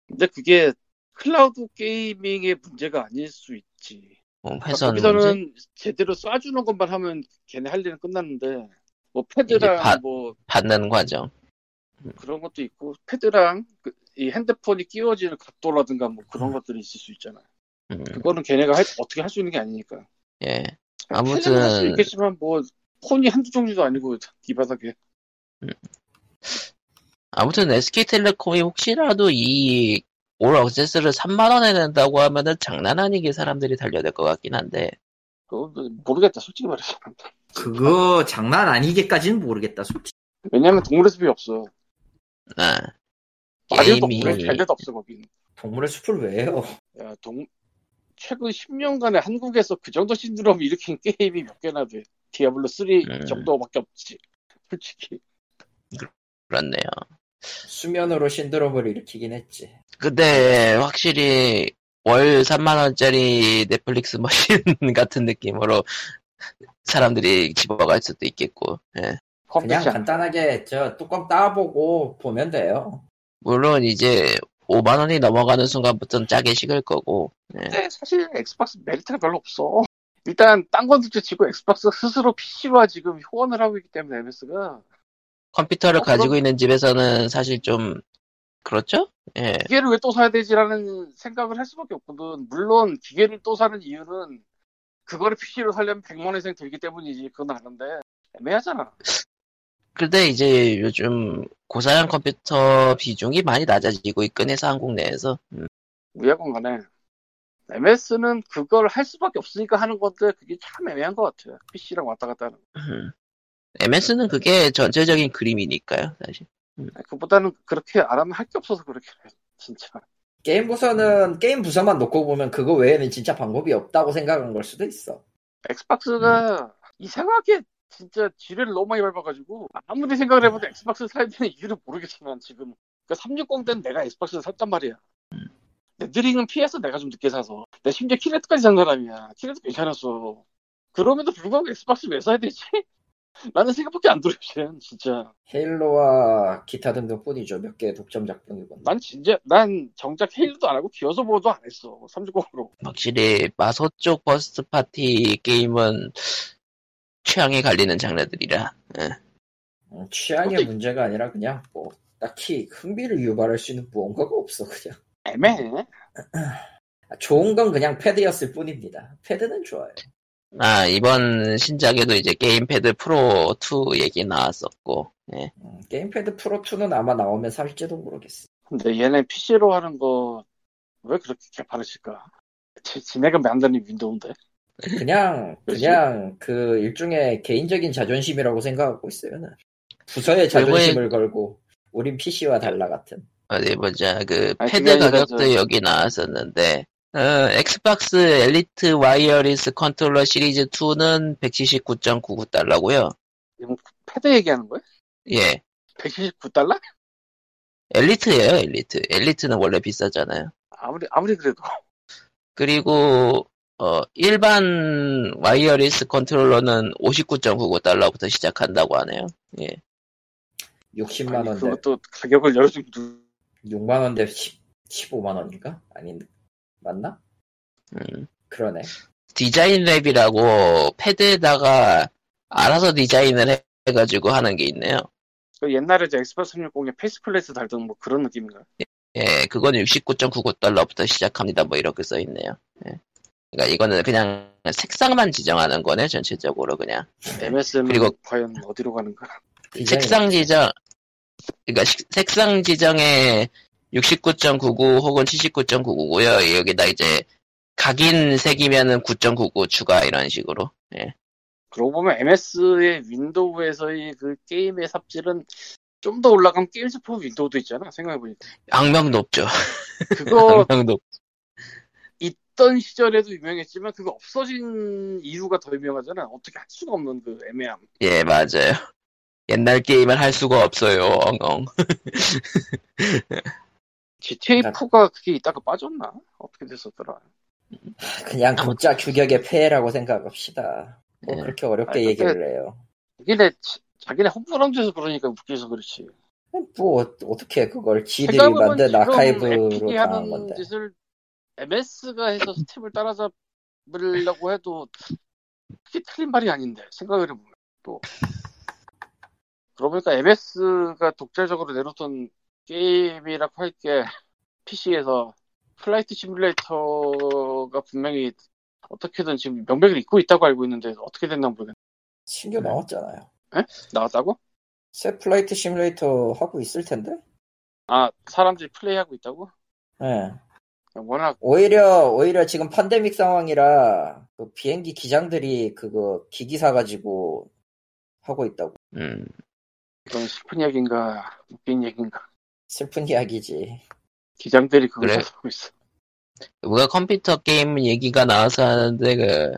근데 그게 클라우드 게이밍의 문제가 아닐 수 있지
뭐 회선 문제.
거기서는 제대로 쏴주는 것만 하면 걔네 할 일은 끝났는데 뭐 패드랑
이게 바-
뭐
받는 과정.
그런 것도 있고 패드랑 그- 이 핸드폰이 끼워지는 각도라든가 뭐 그런 것들이 있을 수 있잖아요.
음,
그거는 걔네가 할- 어떻게 할 수 있는 게 아니니까.
예.
패드는 할 수
아무튼
있겠지만 뭐 폰이 한두 종류도 아니고 이 바닥에
아무튼 SK텔레콤이 혹시라도 이 올 액세스를 3만 원에 낸다고 하면은 장난 아니게 사람들이 달려들 것 같긴 한데
그거 모르겠다 솔직히 말해서
그거 장난 아니게까지는 모르겠다. 솔직히.
왜냐면 동물의 숲이 없어
아,
마리오도
게임이
없고 별 데도 없어 거긴
동물의 숲을 왜 해요?
야, 동... 최근 10년간에 한국에서 그 정도 신드롬 일으킨 게임이 몇 개나 돼 디아블로 3
음.
정도밖에 없지 솔직히
그렇네요.
수면으로 신드롬을 일으키긴 했지.
근데 확실히 월 3만 원짜리 넷플릭스 머신 같은 느낌으로 사람들이 집어갈 수도 있겠고. 예.
그냥
컴퓨터
간단하게 저 뚜껑 따보고 보면 돼요.
물론 이제 5만 원이 넘어가는 순간부터는 짜게 식을 거고. 예.
근데 사실 엑스박스 메리트가 별로 없어. 일단 딴 건 둘째 치고 엑스박스 스스로 PC와 지금 호환을 하고 있기 때문에 MS가
컴퓨터를
어, 그럼-
가지고 있는 집에서는 사실 좀 그렇죠? 예.
기계를 왜 또 사야 되지라는 생각을 할 수밖에 없거든. 물론 기계를 또 사는 이유는 그거를 PC로 사려면 100만 원 이상 들기 때문이지. 그건 아는데 애매하잖아.
근데 이제 요즘 고사양 컴퓨터 비중이 많이 낮아지고 있긴 해서 한국 내에서 음,
우야건 간에 MS는 그걸 할 수밖에 없으니까 하는 건데 그게 참 애매한 것 같아. PC랑 왔다 갔다 하는. 거.
음. MS는 그게 전체적인 그림이니까요, 사실.
그보다는 그렇게 안 하면 할 게 없어서 그렇게 해, 진짜.
게임 부서는 게임 부서만 놓고 보면 그거 외에는 진짜 방법이 없다고 생각한 걸 수도 있어.
엑스박스가 이상하게 진짜 지뢰를 너무 많이 밟아가지고 아무리 생각을 해봐도 엑스박스 사야 되는 이유를 모르겠지만 지금 그러니까 360 때는 내가 엑스박스를 샀단 말이야. 레드링은 피해서 내가 좀 늦게 사서 내 심지어 키네트까지 산 사람이야. 키네트 괜찮았어. 그럼에도 불구하고 엑스박스 왜 사야 되지? 라는 생각밖에 안 들어요, 지금, 진짜.
헤일로와 기타 등등 뿐이죠. 몇 개의 독점작뿐이고.
난 진짜, 난 정작 헤일도 안 하고 기어서 보도 안 했어. 360으로.
확실히 마소 쪽 버스트 파티 게임은 취향이 갈리는 장르들이라
음, 취향의
어떻게-
문제가 아니라 그냥 뭐 딱히 흥미를 유발할 수 있는 무언가가 없어 그냥.
애매해.
아, 좋은 건 그냥 패드였을 뿐입니다. 패드는 좋아요.
아 이번 신작에도 이제 게임패드 프로 2 얘기 나왔었고 예.
음, 게임패드 프로 2는 아마 나오면 살지도 모르겠어.
근데 얘네 PC로 하는 거 왜 그렇게 개판을 칠까? 지- 지네가 만드는 윈도우인데?
그냥 그냥 그 일종의 개인적인 자존심이라고 생각하고 있어요. 난. 부서의 자존심을 걸고 우린 PC와 달라 같은.
어디 보자 그
아니,
패드
그게 아니라
가격도
저-
여기 나왔었는데 어, 엑스박스 엘리트 와이어리스 컨트롤러 시리즈 2는 179.99달러고요
패드 얘기하는 거야?
예
179달러?
엘리트예요 엘리트 엘리트는 원래 비싸잖아요
아무리, 아무리 그래도.
그리고 어, 일반 와이어리스 컨트롤러는 59.99달러부터 시작한다고 하네요. 예.
60만
아니,
원대,
그것도 가격을 열어주면 누...
6만 원대 10, 15만 원인가? 아니 맞나?
음.
그러네.
디자인 랩이라고 패드에다가 알아서 디자인을 해- 해가지고 하는 게 있네요.
그 옛날에 저 엑스박스 360에 페이스 플레이스 달던 뭐 그런 느낌인가?
예, 그건 69.99달러부터 시작합니다. 뭐 이렇게 써 있네요. 예. 그러니까 이거는 그냥 색상만 지정하는 거네 전체적으로 그냥
MS는
그리고-
과연 어디로 가는가?
디자인.
색상 지정 그러니까 식- 색상 지정에 69.99 혹은 79.99고요. 여기다 이제 각인 색이면은 9.99 추가 이런 식으로. 예.
그러고 보면 MS의 윈도우에서의 그 게임의 삽질은 좀 더 올라가면 게임 스포 윈도우도 있잖아, 생각해보니까.
악명 높죠.
어.
그거
악명 높.
있던 시절에도 유명했지만 그거 없어진 이유가 더 유명하잖아. 어떻게 할 수가 없는 그 애매함.
예, 맞아요. 옛날 게임을 할 수가 없어요. 엉엉.
GTA
나-
4가 그게 있다가 빠졌나? 어떻게 됐었더라.
그냥 독자 규격의 폐해라고 생각합시다. 뭐
예.
그렇게 어렵게
아니, 근데-
얘기를 해요.
자기네 치- 자기네 홈브라운드에서 그러니까 웃겨서 그렇지.
뭐 어떻게 그걸 지들이
생각해보면
만든
지금
아카이브로
에픽이
당한
하는
건데.
짓을 MS가 해서 스텝을 따라잡으려고 해도 크게 틀린 말이 아닌데 생각을 해보면 또 그러고 보니까 MS가 독자적으로 내놓던 게임이라고 할 게 PC에서 플라이트 시뮬레이터가 분명히 어떻게든 지금 명백을 잊고 있다고 알고 있는데 어떻게 됐나 모르겠네
신규 나왔잖아요.
나왔다고?
새 플라이트 시뮬레이터 하고 있을 텐데.
아 사람들이 플레이하고 있다고?
예.
워낙
오히려 오히려 지금 팬데믹 상황이라 그 비행기 기장들이 그거 기기 사가지고 하고 있다고.
음.
그런 슬픈 얘기인가 웃긴 얘기인가
슬픈 이야기지.
기장들이 그걸
그래.
하고 있어.
우리가 컴퓨터 게임 얘기가 나와서 하는데 그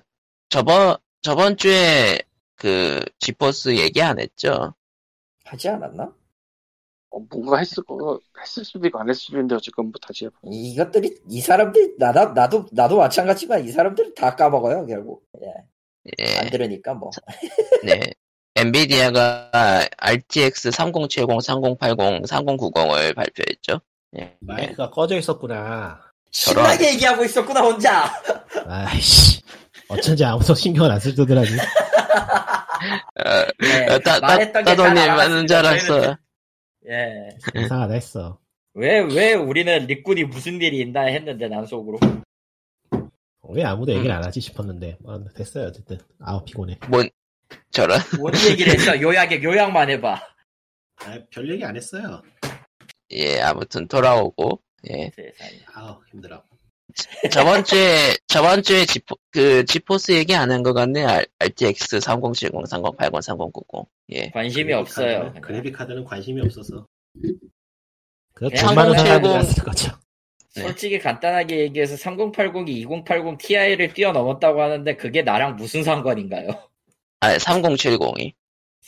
저번 저번 주에 그 지포스 얘기 안 했죠?
하지 않았나?
어, 뭔가 했을 거 했을 수도 있고 안 했을 수도 있는데 어쨌건 뭐 다시 해봐.
이- 이것들이 이 사람들이 나 나도 나도 마찬가지지만 이 사람들은 다 까먹어요 결국. 예. 안
예.
들으니까 뭐.
네. 엔비디아가 RTX 3070, 3080, 3090을 발표했죠. 예.
마이크가 꺼져 있었구나.
저런.
신나게 얘기하고 있었구나 혼자.
아이씨. 어쩐지 아무도 신경을 안 쓰더라고.
어,
예,
어, 따, 따,
말했던 게다
따돌님
나갔습니다,
맞는 줄 알았어.
저희는. 예.
이상하다 했어.
왜, 왜 우리는 리꾼이 무슨 일이 있나 했는데, 난 속으로.
왜 아무도 얘기를 안 하지 싶었는데. 아, 됐어요. 어쨌든. 아우, 피곤해.
뭔, 저런.
뭔 얘기를 했어? 요약에 요약만 해봐.
아, 별 얘기 안 했어요.
예, 아무튼 돌아오고. 예.
세상에.
아우, 힘들어.
저번 주에, 저번 주에 지포, 그, 지포스 얘기 안 한 것 같네. 요 RTX 3070, 3080, 3090. 예.
관심이 없어요.
네.
그래픽 카드는 관심이 없어서. 그
예,
돈 많은
3070
사람들이 쓸 거죠.
네.
솔직히 간단하게 얘기해서 3080이 2080 Ti를 뛰어넘었다고 하는데 그게 나랑 무슨 상관인가요?
아, 3070이.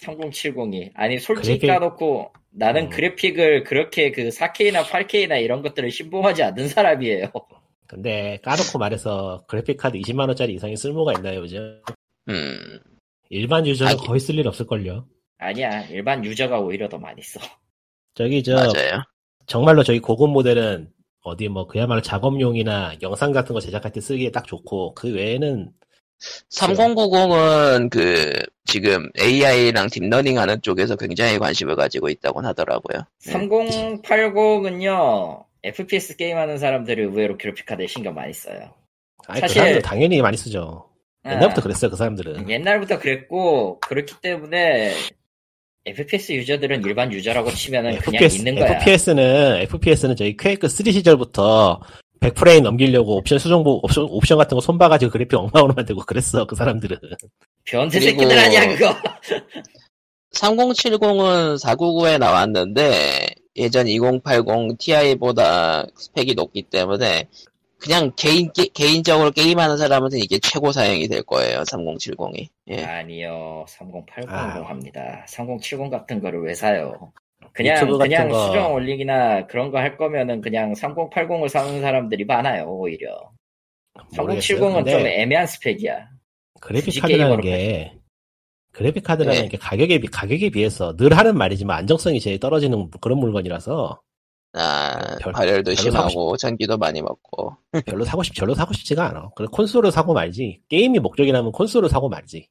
3070이 아니 솔직히
그래픽-
까놓고 나는
음.
그래픽을 그렇게 그 4K나 8K나 이런 것들을 신봉하지 않는 사람이에요.
근데 까놓고 말해서 그래픽 카드 20만 원짜리 이상이 쓸모가 있나요 요즘?
음,
일반 유저는
아니.
거의 쓸 일 없을걸요.
아니야 일반 유저가 오히려 더 많이
네.
써.
저기 저
맞아요.
정말로 저희 고급 모델은 어디 뭐 그야말로 작업용이나 영상 같은 거 제작할 때 쓰기에 딱 좋고 그 외에는
3090은 그, 지금 AI랑 딥러닝 하는 쪽에서 굉장히 관심을 가지고 있다고 하더라고요.
3080은요 FPS 게임 하는 사람들이 의외로 그래픽 카드에 신경 많이 써요.
아니, 그
사실- 네.
사람들 당연히 많이 쓰죠. 옛날부터 그랬어요 그 사람들은.
아, 옛날부터 그랬고 그렇기 때문에 FPS 유저들은 일반 유저라고 치면은 그냥 있는 거야.
FPS는 FPS는 저희 퀘이크 3 시절부터 100프레임 넘기려고 옵션 수정보 옵션, 옵션 같은 거 손봐가지고 그래픽 엉망으로 만들고 그랬어 그 사람들은.
변태
그리고-
새끼들 아니야 그거.
3070은 499에 나왔는데, 예전 2080 Ti보다 스펙이 높기 때문에, 그냥 개인, 게- 개인적으로 게임하는 사람한테 이게 최고 사양이 될 거예요, 3070이. 예.
아니요, 3080으로
아.
합니다. 3070 같은 거를 왜 사요? 그냥
유튜브 같은
그냥
거.
수정 올리기나 그런 거 할 거면은 그냥 3080을 사는 사람들이 많아요 오히려.
모르겠어요.
3070은 좀
근데
애매한 스펙이야.
그래픽
굳이
카드라는
게임으로
게 그래픽 카드라는
네.
게 가격에 비 가격에 비해서 늘 하는 말이지만 안정성이 제일 떨어지는 그런 물건이라서
아,
별-
발열도
별로
심하고, 전기도 많이 먹고.
음.
별로 사고 싶 별로 사고 싶지가 않아. 그래 콘솔을 사고 말지 게임이 목적이라면 콘솔을 사고 말지.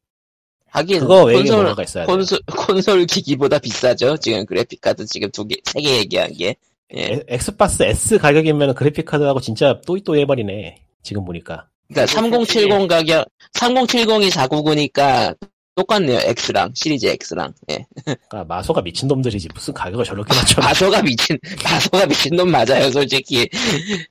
하긴,
그거 외에
음, 콘솔-
뭐가 있어야 돼.
콘솔, 콘솔 기기보다 비싸죠? 지금 그래픽카드 지금 두 개, 세 개 얘기한 게. 예.
엑- 엑스박스 S 가격이면 그래픽 카드하고 진짜 또이또 해버리네. 지금 보니까.
그니까 3070 그러니까 가격, 3070이 499니까 똑같네요, X랑, 시리즈 X랑. 예.
그러니까 마소가 미친 놈들이지 무슨 가격을 저렇게 낮춰.
바소가 미친, 바소가 미친놈 맞아요, 솔직히.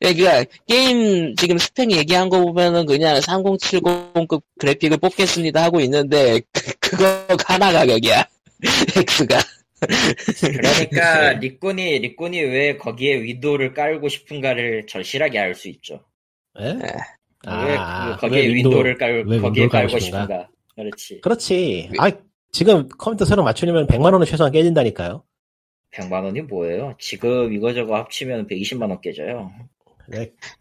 그러니까, 게임, 지금 스펙 얘기한 거 보면은 그냥 3070급 그래픽을 뽑겠습니다 하고 있는데, 그, 그거 하나 가격이야. X가.
그러니까 리꾼이 리꾼이 왜 거기에 위도를 깔고 싶은가를 절실하게 알 수 있죠.
에?
왜
아,
그- 거기에
왜
윈도우를 깔
왜
거기에
윈도우를 깔고
깔고
싶은가?
싶은가. 그렇지.
그렇지. 아 지금 컴퓨터 새로 맞추려면 100만 원은 최소한 깨진다니까요.
100만 원이 뭐예요? 지금 이거저거 합치면 120만 원 깨져요.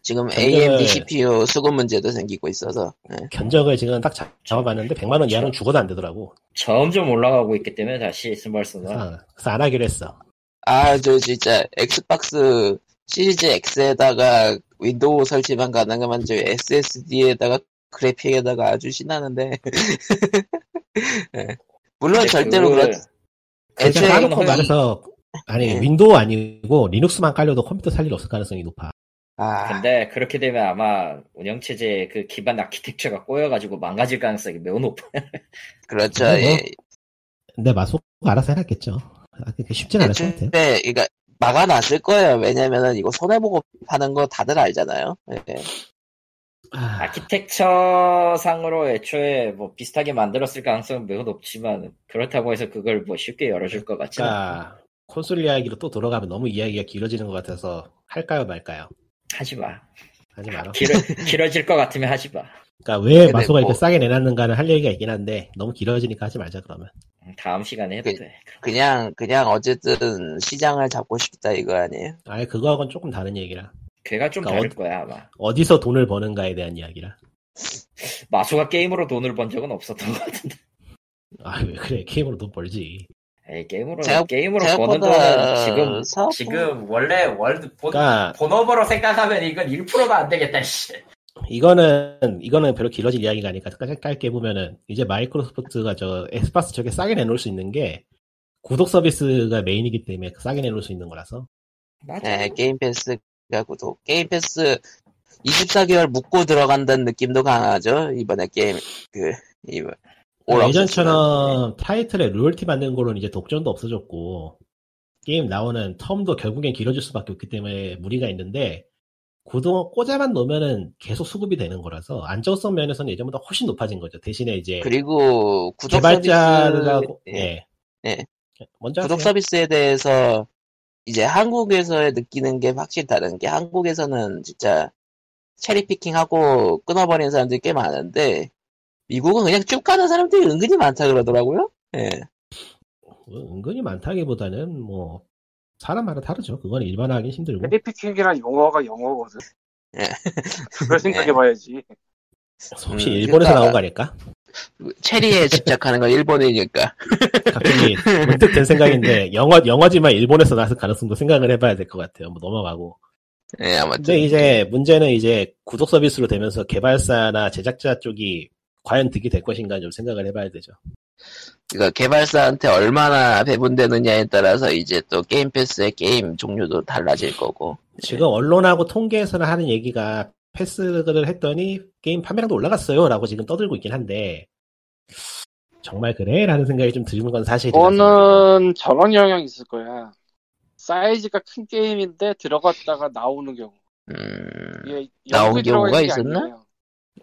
지금
저는-
AMD CPU 수급 문제도 생기고 있어서. 예.
견적을 지금 딱 잡- 잡아봤는데 100만 원 이하는
그렇죠.
죽어도 안 되더라고.
점점 올라가고 있기 때문에 다시 스멀스멀
그래서, 그래서 안 하기로 했어.
아, 저 진짜 엑스박스 시리즈 X에다가 윈도우 설치만 가능하면 저 SSD에다가 그래픽에다가 아주 신나는데. 예. 물론
근데
절대로
그거를-
그렇,
그러니까
애초에
까놓고
거의-
말해서 아니
예.
윈도우 아니고 리눅스만 깔려도 컴퓨터 살 일 없을 가능성이 높아.
아,
근데 그렇게 되면 아마 운영체제 그 기반 아키텍처가 꼬여가지고 망가질 가능성이 매우 높아.
그렇죠.
뭐,
예.
근데 마소가 알아서 해놨겠죠. 아, 그게 쉽진 않을 것 같아요.
애초에, 그러니까 막아놨을 거예요. 왜냐면은 이거 손해보고 파는 거 다들 알잖아요. 예.
아,
아키텍처상으로 애초에 뭐 비슷하게 만들었을 가능성은 매우 높지만 그렇다고 해서 그걸 뭐 쉽게 열어줄 것 같지는 않고
그러니까 콘솔 이야기로 또 돌아가면 너무 이야기가 길어지는 것 같아서 할까요 말까요?
하지 마.
하지 마라.
길어, 길어질 것 같으면 하지 마.
그러니까 왜
근데
마소가 이렇게
뭐-
싸게 내놨는가는 할 얘기가 있긴 한데 너무 길어지니까 하지 말자 그러면.
음, 다음 시간에 해도
예.
그-
돼. 그럼.
그냥, 그냥 어쨌든 시장을 잡고 싶다 이거 아니에요?
아예 그거하고는 조금 다른 얘기라.
걔가 좀
그러니까
다를 거야 아마.
어디서 돈을 버는가에 대한 이야기라.
마수가 게임으로 돈을 번 적은 없었던 것 같은데.
아 왜 그래 게임으로 돈 벌지.
에이, 게임으로
생각-
게임으로 버는
생각보다
돈은 지금
사업-
지금 원래 월드 본
그러니까
본업으로 생각하면 이건 1%도 안 되겠다, 씨.
이거는 이거는 별로 길어질 이야기가 아니니까 짧- 짧게 보면은 이제 마이크로소프트가 저 엑스박스 저게 싸게 내놓을 수 있는 게 구독 서비스가 메인이기 때문에 그 싸게 내놓을 수 있는 거라서
네, 게임 패스가 구독. 게임 패스 24개월 묶고 들어간다는 느낌도 강하죠. 이번에 게임 그 이번 올
네, 아, 예전처럼 타이틀에 로열티 받는 걸로는 이제 독점도 없어졌고 게임 나오는 텀도 결국엔 길어질 수밖에 없기 때문에 무리가 있는데 구독 꽂아만 놓으면은 계속 수급이 되는 거라서 안정성 면에서는 예전보다 훨씬 높아진 거죠 대신에 이제
없었어요. 그리고 구독
개발자가
서비스 예,
예.
예.
먼저
구독
하세요.
서비스에 대해서 이제 한국에서 느끼는 게 확실히 다른 게 한국에서는 진짜 체리피킹하고 끊어버리는 사람들이 꽤 많은데 미국은 그냥 쭉 가는 사람들이 은근히 많다 그러더라고요. 예.
뭐 은근히 많다기보다는 뭐 사람마다 다르죠. 그건 일반화하기 힘들고.
헤리피킹이란 용어가 영어거든.
예.
그걸 생각해봐야지.
혹시
음,
일본에서
그러니까-
나온 거 아닐까?
체리에 집착하는 건 일본이니까.
갑자기 문득 든 생각인데 영어 영어지만 일본에서 나서 가능성도 생각을 해봐야 될 것 같아요. 뭐 넘어가고.
예, 아무튼.
근데 이제 문제는 이제 구독 서비스로 되면서 개발사나 제작자 쪽이 과연 득이 될 것인가 좀 생각을 해봐야 되죠.
그러니까 개발사한테 얼마나 배분되느냐에 따라서 이제 또 게임 패스의 게임 종류도 달라질 거고.
지금 언론하고 통계에서는 하는 얘기가 패스를 했더니 게임 판매량도 올라갔어요라고 지금 떠들고 있긴 한데 정말 그래라는 생각이 좀 드는 건 사실이라서.
그거는 저런 영향이 있을 거야. 사이즈가 큰 게임인데 들어갔다가 나오는 경우.
음,
이게
나온
영구에 들어가
경우가
있는 게
있었나?
아니에요.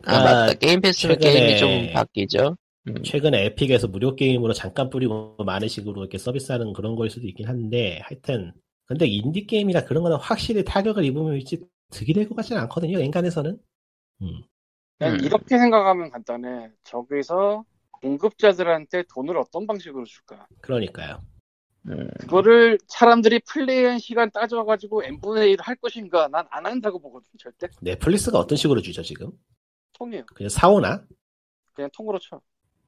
아, 맞다. 게임 패스로
최근에-
게임이 좀 바뀌죠. 음.
최근에 에픽에서 무료 게임으로 잠깐 뿌리고 많은 식으로 이렇게 서비스하는 그런 거일 수도 있긴 한데 하여튼 근데 인디 게임이나 그런 거는 확실히 타격을 입으면 있지 득이 될 것 같지는 않거든요 인간에서는
그냥
음.
이렇게 생각하면 간단해. 저기서 공급자들한테 돈을 어떤 방식으로 줄까?
그러니까요
음.
그거를 사람들이 플레이한 시간 따져가지고 n분의 1할 것인가? 난 안 한다고 보거든. 절대
넷플릭스가 어떤 식으로 주죠 지금
통이에요.
그냥 사오나
그냥 통으로 쳐.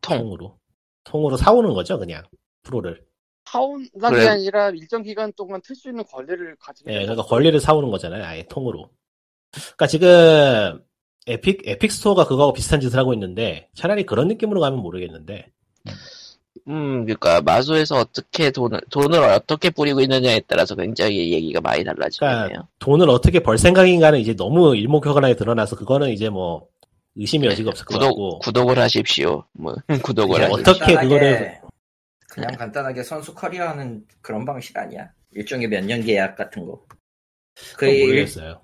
통.
통으로 통으로 사오는 거죠 그냥 프로를
사온락이
그래.
아니라 일정 기간 동안 틀 수 있는 권리를 가지게
예
되는
그러니까 권리를 사오는 거잖아요 아예 통으로 그러니까 지금 에픽 에픽 스토어가 그거하고 비슷한 짓을 하고 있는데 차라리 그런 느낌으로 가면 모르겠는데
음, 그러니까 마소에서 어떻게 돈을 돈을 어떻게 뿌리고 있느냐에 따라서 굉장히 얘기가 많이
그러니까
달라지네요.
돈을 어떻게 벌 생각인가는 이제 너무 일목요간하게 드러나서 그거는 이제 뭐 의심이 여지가 없을 것 같고
네, 구독 구독을 하십시오. 뭐 구독을
이제
하십시오.
어떻게
간단하게-
그거를-
그냥 간단하게 선수 커리어하는 그런 방식 아니야? 일종의 몇 년 계약 같은 거. 그
그건
일-
모르겠어요.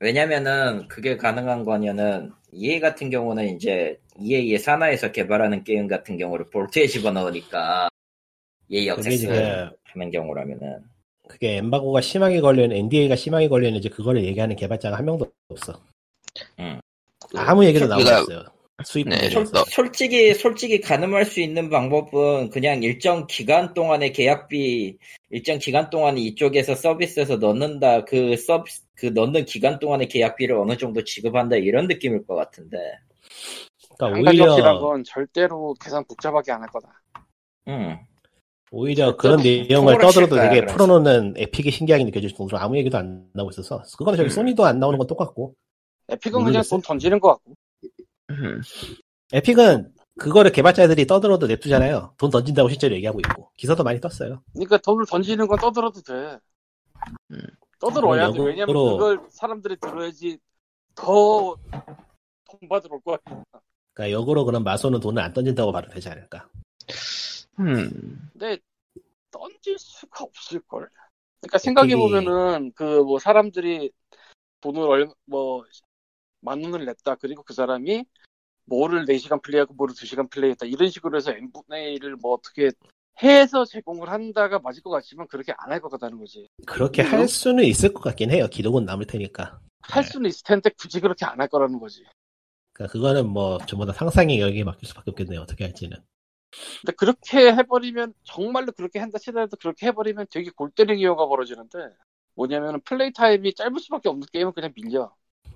왜냐면은 그게 가능한 거냐는 EA 같은 경우는 이제 E EA의 산하에서 개발하는 게임 같은 경우를 볼트에 집어넣으니까 EA
그게
액세스
지금
하는 경우라면은
그게 엠바고가 심하게 걸려있는 NDA가 심하게 걸려있는지 그거를 얘기하는 개발자가 한 명도 없어.
음.
아무 얘기도 나오고
그러니까-
없어요. 수입
네,
문제에 있어서.
너-
솔직히 솔직히 가늠할 수 있는 방법은 그냥 일정 기간 동안의 계약비 일정 기간 동안 이쪽에서 서비스에서 넣는다 그 서비스 그 넣는 기간 동안의 계약비를 어느 정도 지급한다 이런 느낌일 것 같은데
한
그러니까
가지 확실한
오히려
건 절대로 계산 복잡하게 안 할 거다.
음
오히려 그런
좀
내용을
통으로
떠들어도
칠 거야,
되게
그래서.
풀어놓는 에픽이 신기하게 느껴질 정도로 아무 얘기도 안 나오고 있어서 그거는 저기
음.
소니도 안 나오는 건 똑같고
에픽은 그냥
모르겠어요.
돈 던지는 것 같고.
음.
에픽은 그거를 개발자들이 떠들어도 냅두잖아요. 돈 던진다고 실제로 얘기하고 있고 기사도 많이 떴어요.
그러니까 돈을 던지는 건 떠들어도 돼.
음.
떠들어야
음,
돼. 왜냐면
역으로-
그걸 사람들이 들어야지 더 돈 받으러 올 거야.
그러니까 역으로 그런 마소는 돈을 안 던진다고 봐도 되지 않을까.
음.
근데 던질 수가 없을 걸. 그러니까 생각해 보면은 그 뭐 사람들이 돈을 얼마 뭐만 원을 냈다. 그리고 그 사람이 뭐를 4시간 플레이하고 뭐를 2시간 플레이했다. 이런 식으로 해서 n분의 1을 뭐 어떻게 해서 제공을 한다가 맞을 것 같지만 그렇게 안 할 것 같다는 거지.
그렇게
음.
할 수는 있을 것 같긴 해요. 기록은 남을 테니까.
할 수는 있을 텐데 굳이 그렇게 안 할 거라는 거지.
그러니까 그거는 뭐 전부 다 상상의 영역에 맡길 수밖에 없겠네요. 어떻게 할지는.
근데 그렇게 해버리면 정말로 그렇게 한다 치더라도 그렇게 해버리면 되게 골 때리는 경우가 벌어지는데 뭐냐면은 플레이 타임이 짧을 수밖에 없는 게임은 그냥 밀려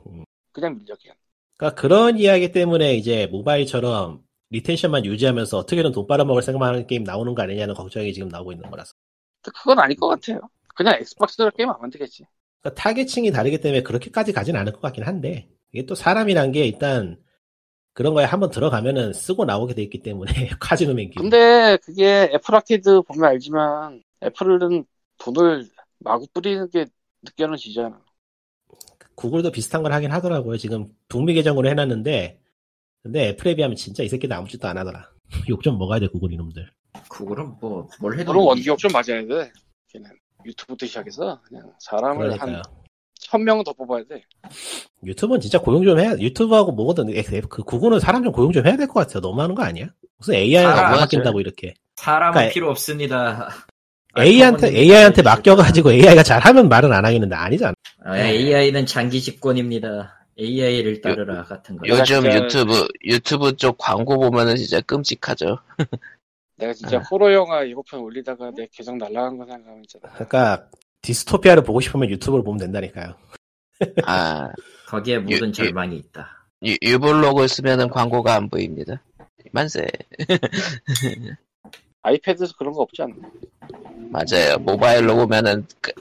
음.
그냥 밀려 그냥
그러니까 그런 이야기 때문에 이제 모바일처럼 리텐션만 유지하면서 어떻게든 돈 빨아먹을 생각만 하는 게임 나오는 거 아니냐는 걱정이 지금 나오고 있는 거라서.
근데 그건 아닐 것 같아요 그냥 엑스박스로 게임 안 만들겠지
그러니까 타겟층이 다르기 때문에 그렇게까지 가진 않을 것 같긴 한데 이게 또 사람이란 게 일단 그런 거에 한번 들어가면은 쓰고 나오게 돼 있기 때문에 카지노 맨기.
근데 그게 애플 아케이드 보면 알지만 애플은 돈을 마구 뿌리는 게 느껴지잖아
구글도 비슷한 걸 하긴 하더라고요. 지금 북미 계정으로 해놨는데, 근데 애플에 비하면 진짜 이 새끼들 아무 짓도 안 하더라. 욕 좀 먹어야 돼, 구글 이놈들.
구글은 뭐 뭘 해도
그런 원기역 좀 맞아야 돼 걔는 유튜브부터 시작해서 그냥 사람을
그러니까요.
한 천 명은 더 뽑아야 돼
유튜브는 진짜 고용 좀 해야, 유튜브하고 뭐거든. 애- 애- 그 구글은 사람 좀 고용 좀 해야 될 것 같아요. 너무 하는 거 아니야? 무슨 AI가
사람
안
하지.
바뀐다고 이렇게.
사람은
그러니까
필요 없습니다 아,
AI한테 AI한테 맡겨가지고 AI가 잘하면 말은 안 하겠는데 아니잖아.
AI는 장기 집권입니다. AI를 따르라 같은 거.
요즘
진짜-
유튜브 유튜브 쪽 광고 보면은 진짜 끔찍하죠.
내가 진짜
네.
호러 영화 예고편 올리다가 내 계정 날라간 거 생각하면 진짜
그러니까 디스토피아를 보고 싶으면 유튜브를 보면 된다니까요.
아
거기에
유-
모든
유-
절망이 있다.
유, 유블록을 쓰면은 광고가 안 보입니다. 만세.
아이패드에서 그런 거 없지 않나?
맞아요. 모바일로 보면은 그-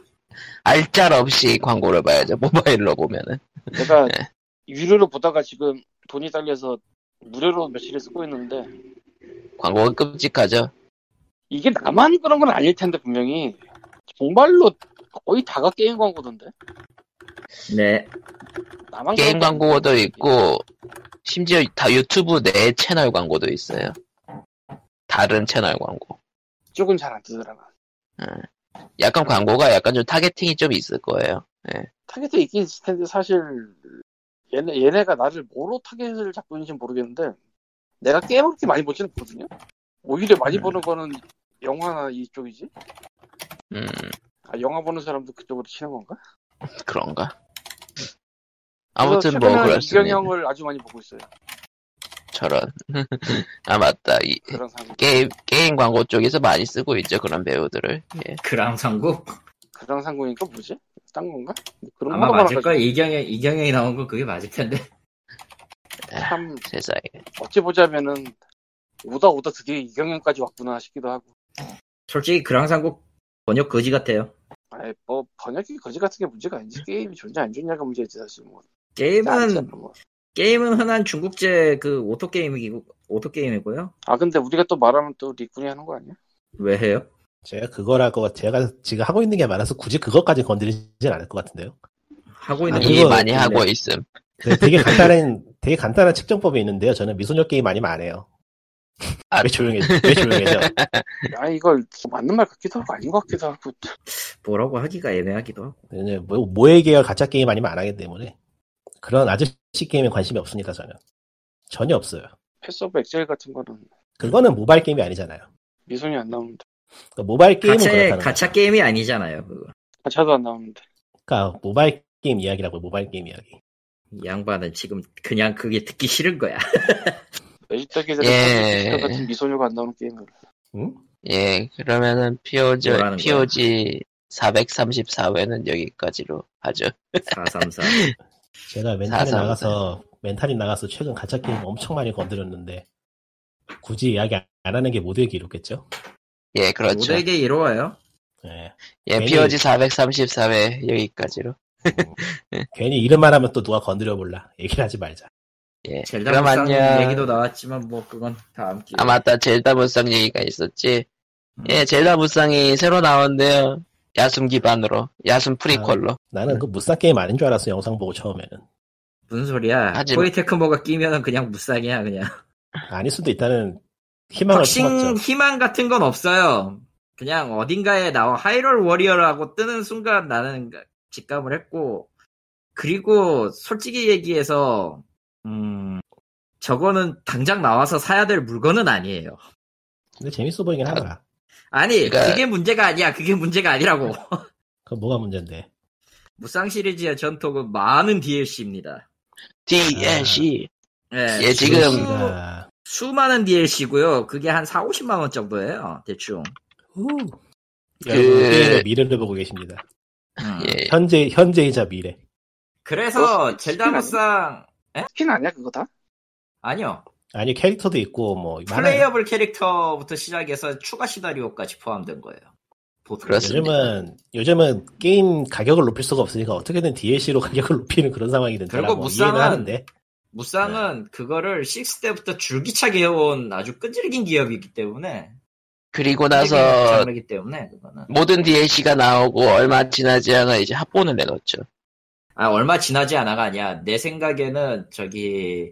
알짤 없이 광고를 봐야죠. 모바일로 보면은.
내가
네.
유료로 보다가 지금 돈이 딸려서 무료로 며칠을 쓰고 있는데
광고가 끔찍하죠.
이게 나만 그런 건 아닐 텐데 분명히 정말로 거의 다가 게임 광고던데
네.
나만
게임
그런 거
광고도
아니야?
있고 심지어 다 유튜브 내 채널 광고도 있어요. 다른 채널 광고.
이쪽은 잘 안 뜨더라고
약간 광고가 약간 좀 타겟팅이 좀 있을 거예요.
타겟이 있긴 있을 텐데 사실 얘네, 얘네가 나를 뭐로 타겟을 잡고 있는지 모르겠는데 내가 게임을 그렇게 많이 보지는 못거든요 오히려 많이 보는 거는 영화나 이쪽이지
음
아, 영화 보는 사람도 그쪽으로 치는 건가?
그런가. 아무튼
그래서
뭐
최근에는
그렇습니다.
이경영을 아주 많이 보고 있어요
저런. 아 맞다. 이
그런
예.
사람
게임 게임 광고 쪽에서 많이 쓰고 있죠 그런 배우들을. 예.
그랑상국?
그런 상공이니까 뭐지? 딴 건가? 그런
아마
거
맞을걸? 이경영, 이경영이 나온 거 그게 맞을 텐데.
참
세상에.
어찌 보자면은 오다 오다 드디어 이경영까지 왔구나 싶기도 하고
솔직히 그랑상국 번역 거지 같아요.
아이 뭐 번역기 거지 같은 게 문제가 아니지 게임이 좋냐 안 좋냐가 문제지 사실 뭐
게임은,
뭐.
게임은 흔한 중국제 그 오토게임이고, 오토게임이고요.
아 근데 우리가 또 말하면 또 리꾼이 하는 거 아니야?
왜 해요?
제가 그거라고 제가 지금 하고 있는 게 많아서 굳이 그것까지 건드리진 않을 것 같은데요.
하고 있는
아, 많이
거
많이
없길래.
하고 있음.
네, 되게 간단한 되게 간단한 측정법이 있는데요. 저는 미소녀 게임 아니면 안 해요. 아, 왜 조용해? 왜 조용해져?
아 이걸 맞는 말 같기도 하고 아닌 것 같기도 하고
뭐라고 하기가 애매하기도 하고.
왜냐면 뭐 모의 계열 가짜 게임 아니면 안 하기 때문에 그런 아저씨 게임에 관심이 없습니다. 저는 전혀 없어요.
패스 오브 엑셀 같은 거는
그거는 모바일 게임이 아니잖아요.
미손이 안 나오는데
그러니까 모바일 게임은
가차,
그렇다는
가차 게임이 아니잖아요. 그거.
가차도 안 나오는데
거니까 그러니까 모바일 게임 이야기라고 모바일 게임 이야기.
이 양반은 지금 그냥 그게 듣기 싫은 거야.
레지더기들
예.
같은 미소녀가 안 나오는 게임을
응?
예. 그러면은 POG
뭐라는 거야?
POG 434회는 여기까지로 하죠.
434.
제가 멘탈이
사사.
나가서 멘탈이 나가서 최근 가짜 게임 엄청 많이 건드렸는데 굳이 이야기 안 하는 게 모두의 기록겠죠?
예, 그렇죠.
모두에게 이로와요.
예.
예,
괜히-
POG 434회
예.
여기까지로.
괜히 이름만 하면 또 누가 건드려 볼라. 얘기를 하지 말자.
예.
젤다
그럼
불상
안녕.
얘기도 나왔지만 뭐 그건 다음 기회.
아 맞다. 젤다 무쌍 얘기가 있었지.
음.
예, 젤다 무쌍이 새로 나온대요. 야숨 기반으로, 야숨
아.
프리퀄로.
나는
네.
그 무쌍 게임 아닌 줄 알았어 영상 보고 처음에는.
무슨 소리야?
하지 마.
코이 테크모가 끼면은 그냥 무쌍이야 그냥.
아닐 수도 있다는 희망을
덕싱
품었죠.
희망 같은 건 없어요. 그냥 어딘가에 나와 하이롤 워리어라고 뜨는 순간 나는 직감을 했고 그리고 솔직히 얘기해서 음 저거는 당장 나와서 사야 될 물건은 아니에요.
근데 재밌어 보이긴 하더라.
아니
그러니까-
그게 문제가 아니야. 그게 문제가 아니라고.
그 뭐가 문제인데?
무쌍 시리즈의 전통은 많은 DLC입니다.
DLC.
예,
예, 지금-
DLC가
수많은 DLC고요. 그게 한 4, 50만 원 정도예요. 대충.
후.
그-
여러분 게임의 미래를 보고 계십니다.
음.
예.
현재 현재이자 미래.
그래서
어,
젤다 무쌍
스킨 아니야 그거 다?
아니요.
아니 캐릭터도 있고 뭐 많아요.
플레이어블 캐릭터부터 시작해서 추가 시나리오까지 포함된 거예요. 보통.
그렇습니다.
요즘은 요즘은 게임 가격을 높일 수가 없으니까 어떻게든 DLC로 가격을 높이는 그런 상황이 된다라고
결국 무쌍은-
이해는 하는데
무쌍은 그거를 6 때부터 줄기차게 해온 아주 끈질긴 기업이기 때문에
그리고
끈질긴
나서
장르이기 때문에 그거는
모든 DLC가 나오고 얼마 지나지 않아 이제 합본을 내놓죠.
아 얼마 지나지 않아가 아니야. 내 생각에는 저기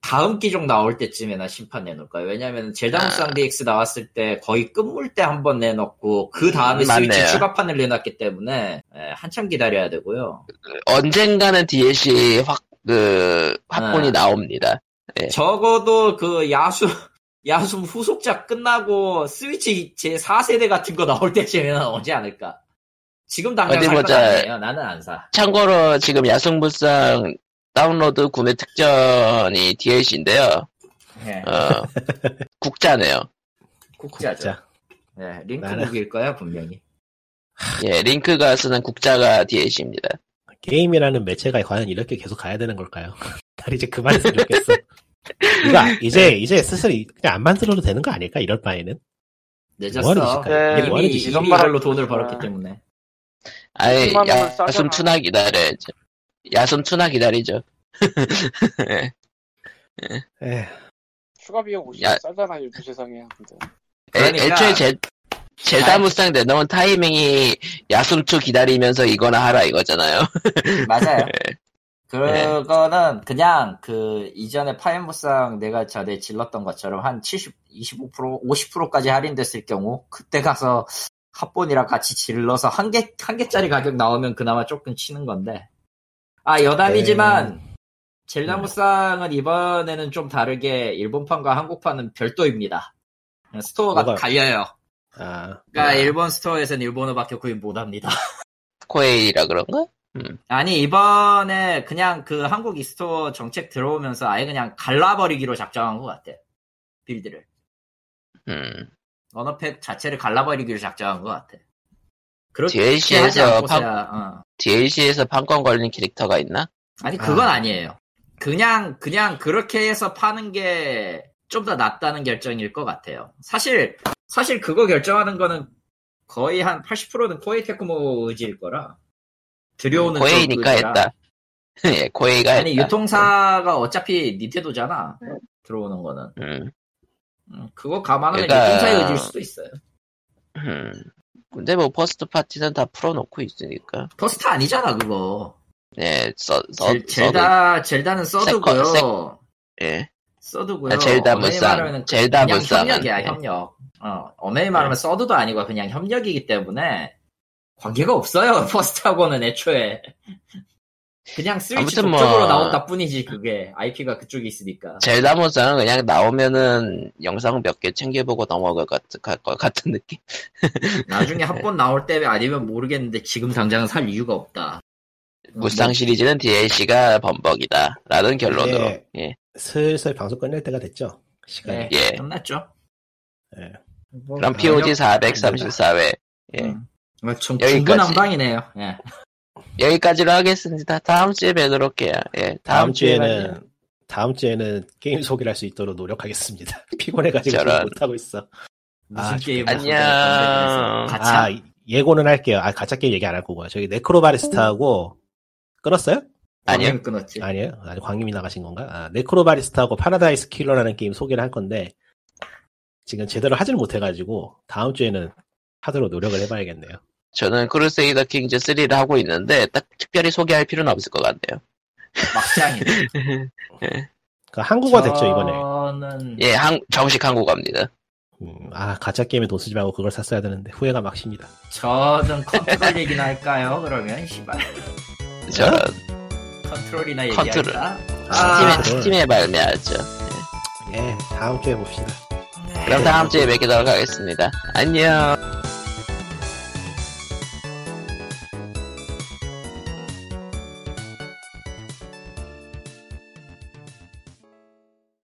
다음 기종 나올 때쯤에나 심판 내놓을 거야. 왜냐면 젤다
아.
무쌍 DX 나왔을 때 거의 끝물 때 한 번 내놓고 그 다음에
음, 맞네요.
스위치 추가판을 내놨기 때문에 예, 한참 기다려야 되고요.
언젠가는 DLC 확, 그, 합본이
아.
예.
나옵니다. 네.
적어도 그 야수 야숨 후속작 끝나고 스위치 제 4세대 같은 거 나올 때쯤에 나오지 않을까. 지금 당장
어디
살건
보자.
아니에요. 나는 안 사.
참고로 지금 야성불상 다운로드 구매 특전이 DLC인데요.
예,
어, 국자네요.
국자죠.
자,
예, 링크북일
나는-
거야 분명히.
예, 링크가 쓰는 국자가 DLC입니다.
게임이라는 매체가 과연 이렇게 계속 가야 되는 걸까요? 나 이제 그만했으면 좋겠어. 이거 이제 이제 슬슬 이- 그냥 안 만들어도 되는 거 아닐까? 이럴 바에는
늦었어.
뭐하는 짓이야?
네,
이미
뭐하는
이
짓이야?
이런
미
말을
이걸로 돈을
하니까.
벌었기 때문에.
아이,
수많은 걸
야,
싸잖아.
야숨 투나 기다려야죠. 야숨 투나 기다리죠.
에휴,
추가 비용 50
야.
싸잖아 요즘 세상에. 근데
애-
그러니까- 아,
애초에 제, 제다 무쌍 내놓은 타이밍이 야숨 투 기다리면서 이거나 하라 이거잖아요.
맞아요.
네.
그거는 그냥 그 이전에 파인무쌍 내가 전에 질렀던 것처럼 한 70, 25%, 50%까지 할인됐을 경우 그때 가서 합본이랑 같이 질러서 한 개, 한 개짜리 가격 나오면 그나마 조금 치는 건데. 아, 여담이지만
네.
젤다무쌍은 이번에는 좀 다르게 일본판과 한국판은 별도입니다. 스토어가
뭐가요?
갈려요.
아
그러니까 일본 스토어에서는 일본어밖에 구입 못합니다.
코에이라 그런가?
아니 이번에 그냥 그 한국 이스토어 정책 들어오면서 아예 그냥 갈라버리기로 작정한 것 같아 빌드를
음,
언어팩 자체를 갈라버리기로 작정한 것 같아 그렇게
DLC에서
하지 않고서야, 어.
DLC에서 판권 걸린 캐릭터가 있나?
아니 그건
아.
아. 니에요 그냥 그냥 그렇게 해서 파는 게 좀 더 낫다는 결정일 것 같아요 사실 사실 그거 결정하는 거는 거의 한 80%는 코에이 테크모 의지일 거라 들여오는 쪽
코에이니까
의지라.
했다. 예, 코에이가
아니
했다.
유통사가 어차피 닌텐도잖아 들어오는 거는
음.
음, 그거 감안하면
그러니까-
유통사의 의지일 수도 있어요
음. 근데 뭐 퍼스트 파티는 다 풀어놓고 있으니까.
퍼스트 아니잖아 그거
예, 써, 써,
젤, 젤다 젤다는 써두고요
세컨- 써, 예.
써두고요
아, 젤다
어메이
무쌍.
말하면은
젤다 예.
그냥
무쌍. 네.
협력이야 협력 어, 어메이 말하면 써두도 아니고 그냥 협력이기 때문에 관계가 없어요 퍼스트하고는 애초에 그냥 스위치
아무튼 뭐-
독점으로 나온다 뿐이지 그게 IP가 그쪽에 있으니까
젤다 무쌍은 그냥 나오면은 영상 몇 개 챙겨보고 넘어갈 것, 같- 갈 것 같은 느낌?
나중에 한 번 나올 때 아니면 모르겠는데 지금 당장은 살 이유가 없다. 음.
무쌍 시리즈는 DLC가 범벅이다. 라는 결론으로.
예.
예.
슬슬 방송 끝낼 때가 됐죠.
네,
시간이
예.
끝났죠.
예.
뭐,
그럼 POG 434회. 예.
음. 뭐, 중-
여기까지.
중구난방이네요. 예.
여기까지로 하겠습니다. 다음 주에 뵈도록 해요. 예. 다음,
다음 주에는 다음 주에는 게임 소개를 할 수 있도록 노력하겠습니다. 피곤해가지고 지금
저런.
못하고 있어.
무슨
아,
게임 무슨
좋겠다.
게임, 무슨 게임.
안녕.
가차.
아 예고는 할게요. 아 가짜 게임 얘기 안 할 거고요. 저기 네크로바리스타하고 끊었어요?
아니요.
방금 끊었지.
아니에요. 아니 광님이 나가신 건가? 아, 네크로바리스타하고 파라다이스 킬러라는 게임 소개를 할 건데 지금 제대로 하지를 못해가지고 다음 주에는 하도록 노력을 해봐야겠네요.
저는 크루세이더 킹즈 3를 하고 있는데, 딱 특별히 소개할 필요는 없을 것 같네요.
막장이.
그 한국어 됐죠 이번에.
저는
예, 한, 정식 한국어입니다.
음, 아 가짜 게임에 돈 쓰지 말고 그걸 샀어야 되는데 후회가 막십니다.
저는 컨트롤 얘기나 할까요? 그러면 씨발
저런.
컨트롤이나
컨트롤.
얘기할까?
스팀에,
아, 그걸.
스팀에 발매하죠.
예 다음 주에 봅시다.
그럼 다음 주에 뵙도록 하겠습니다. 안녕.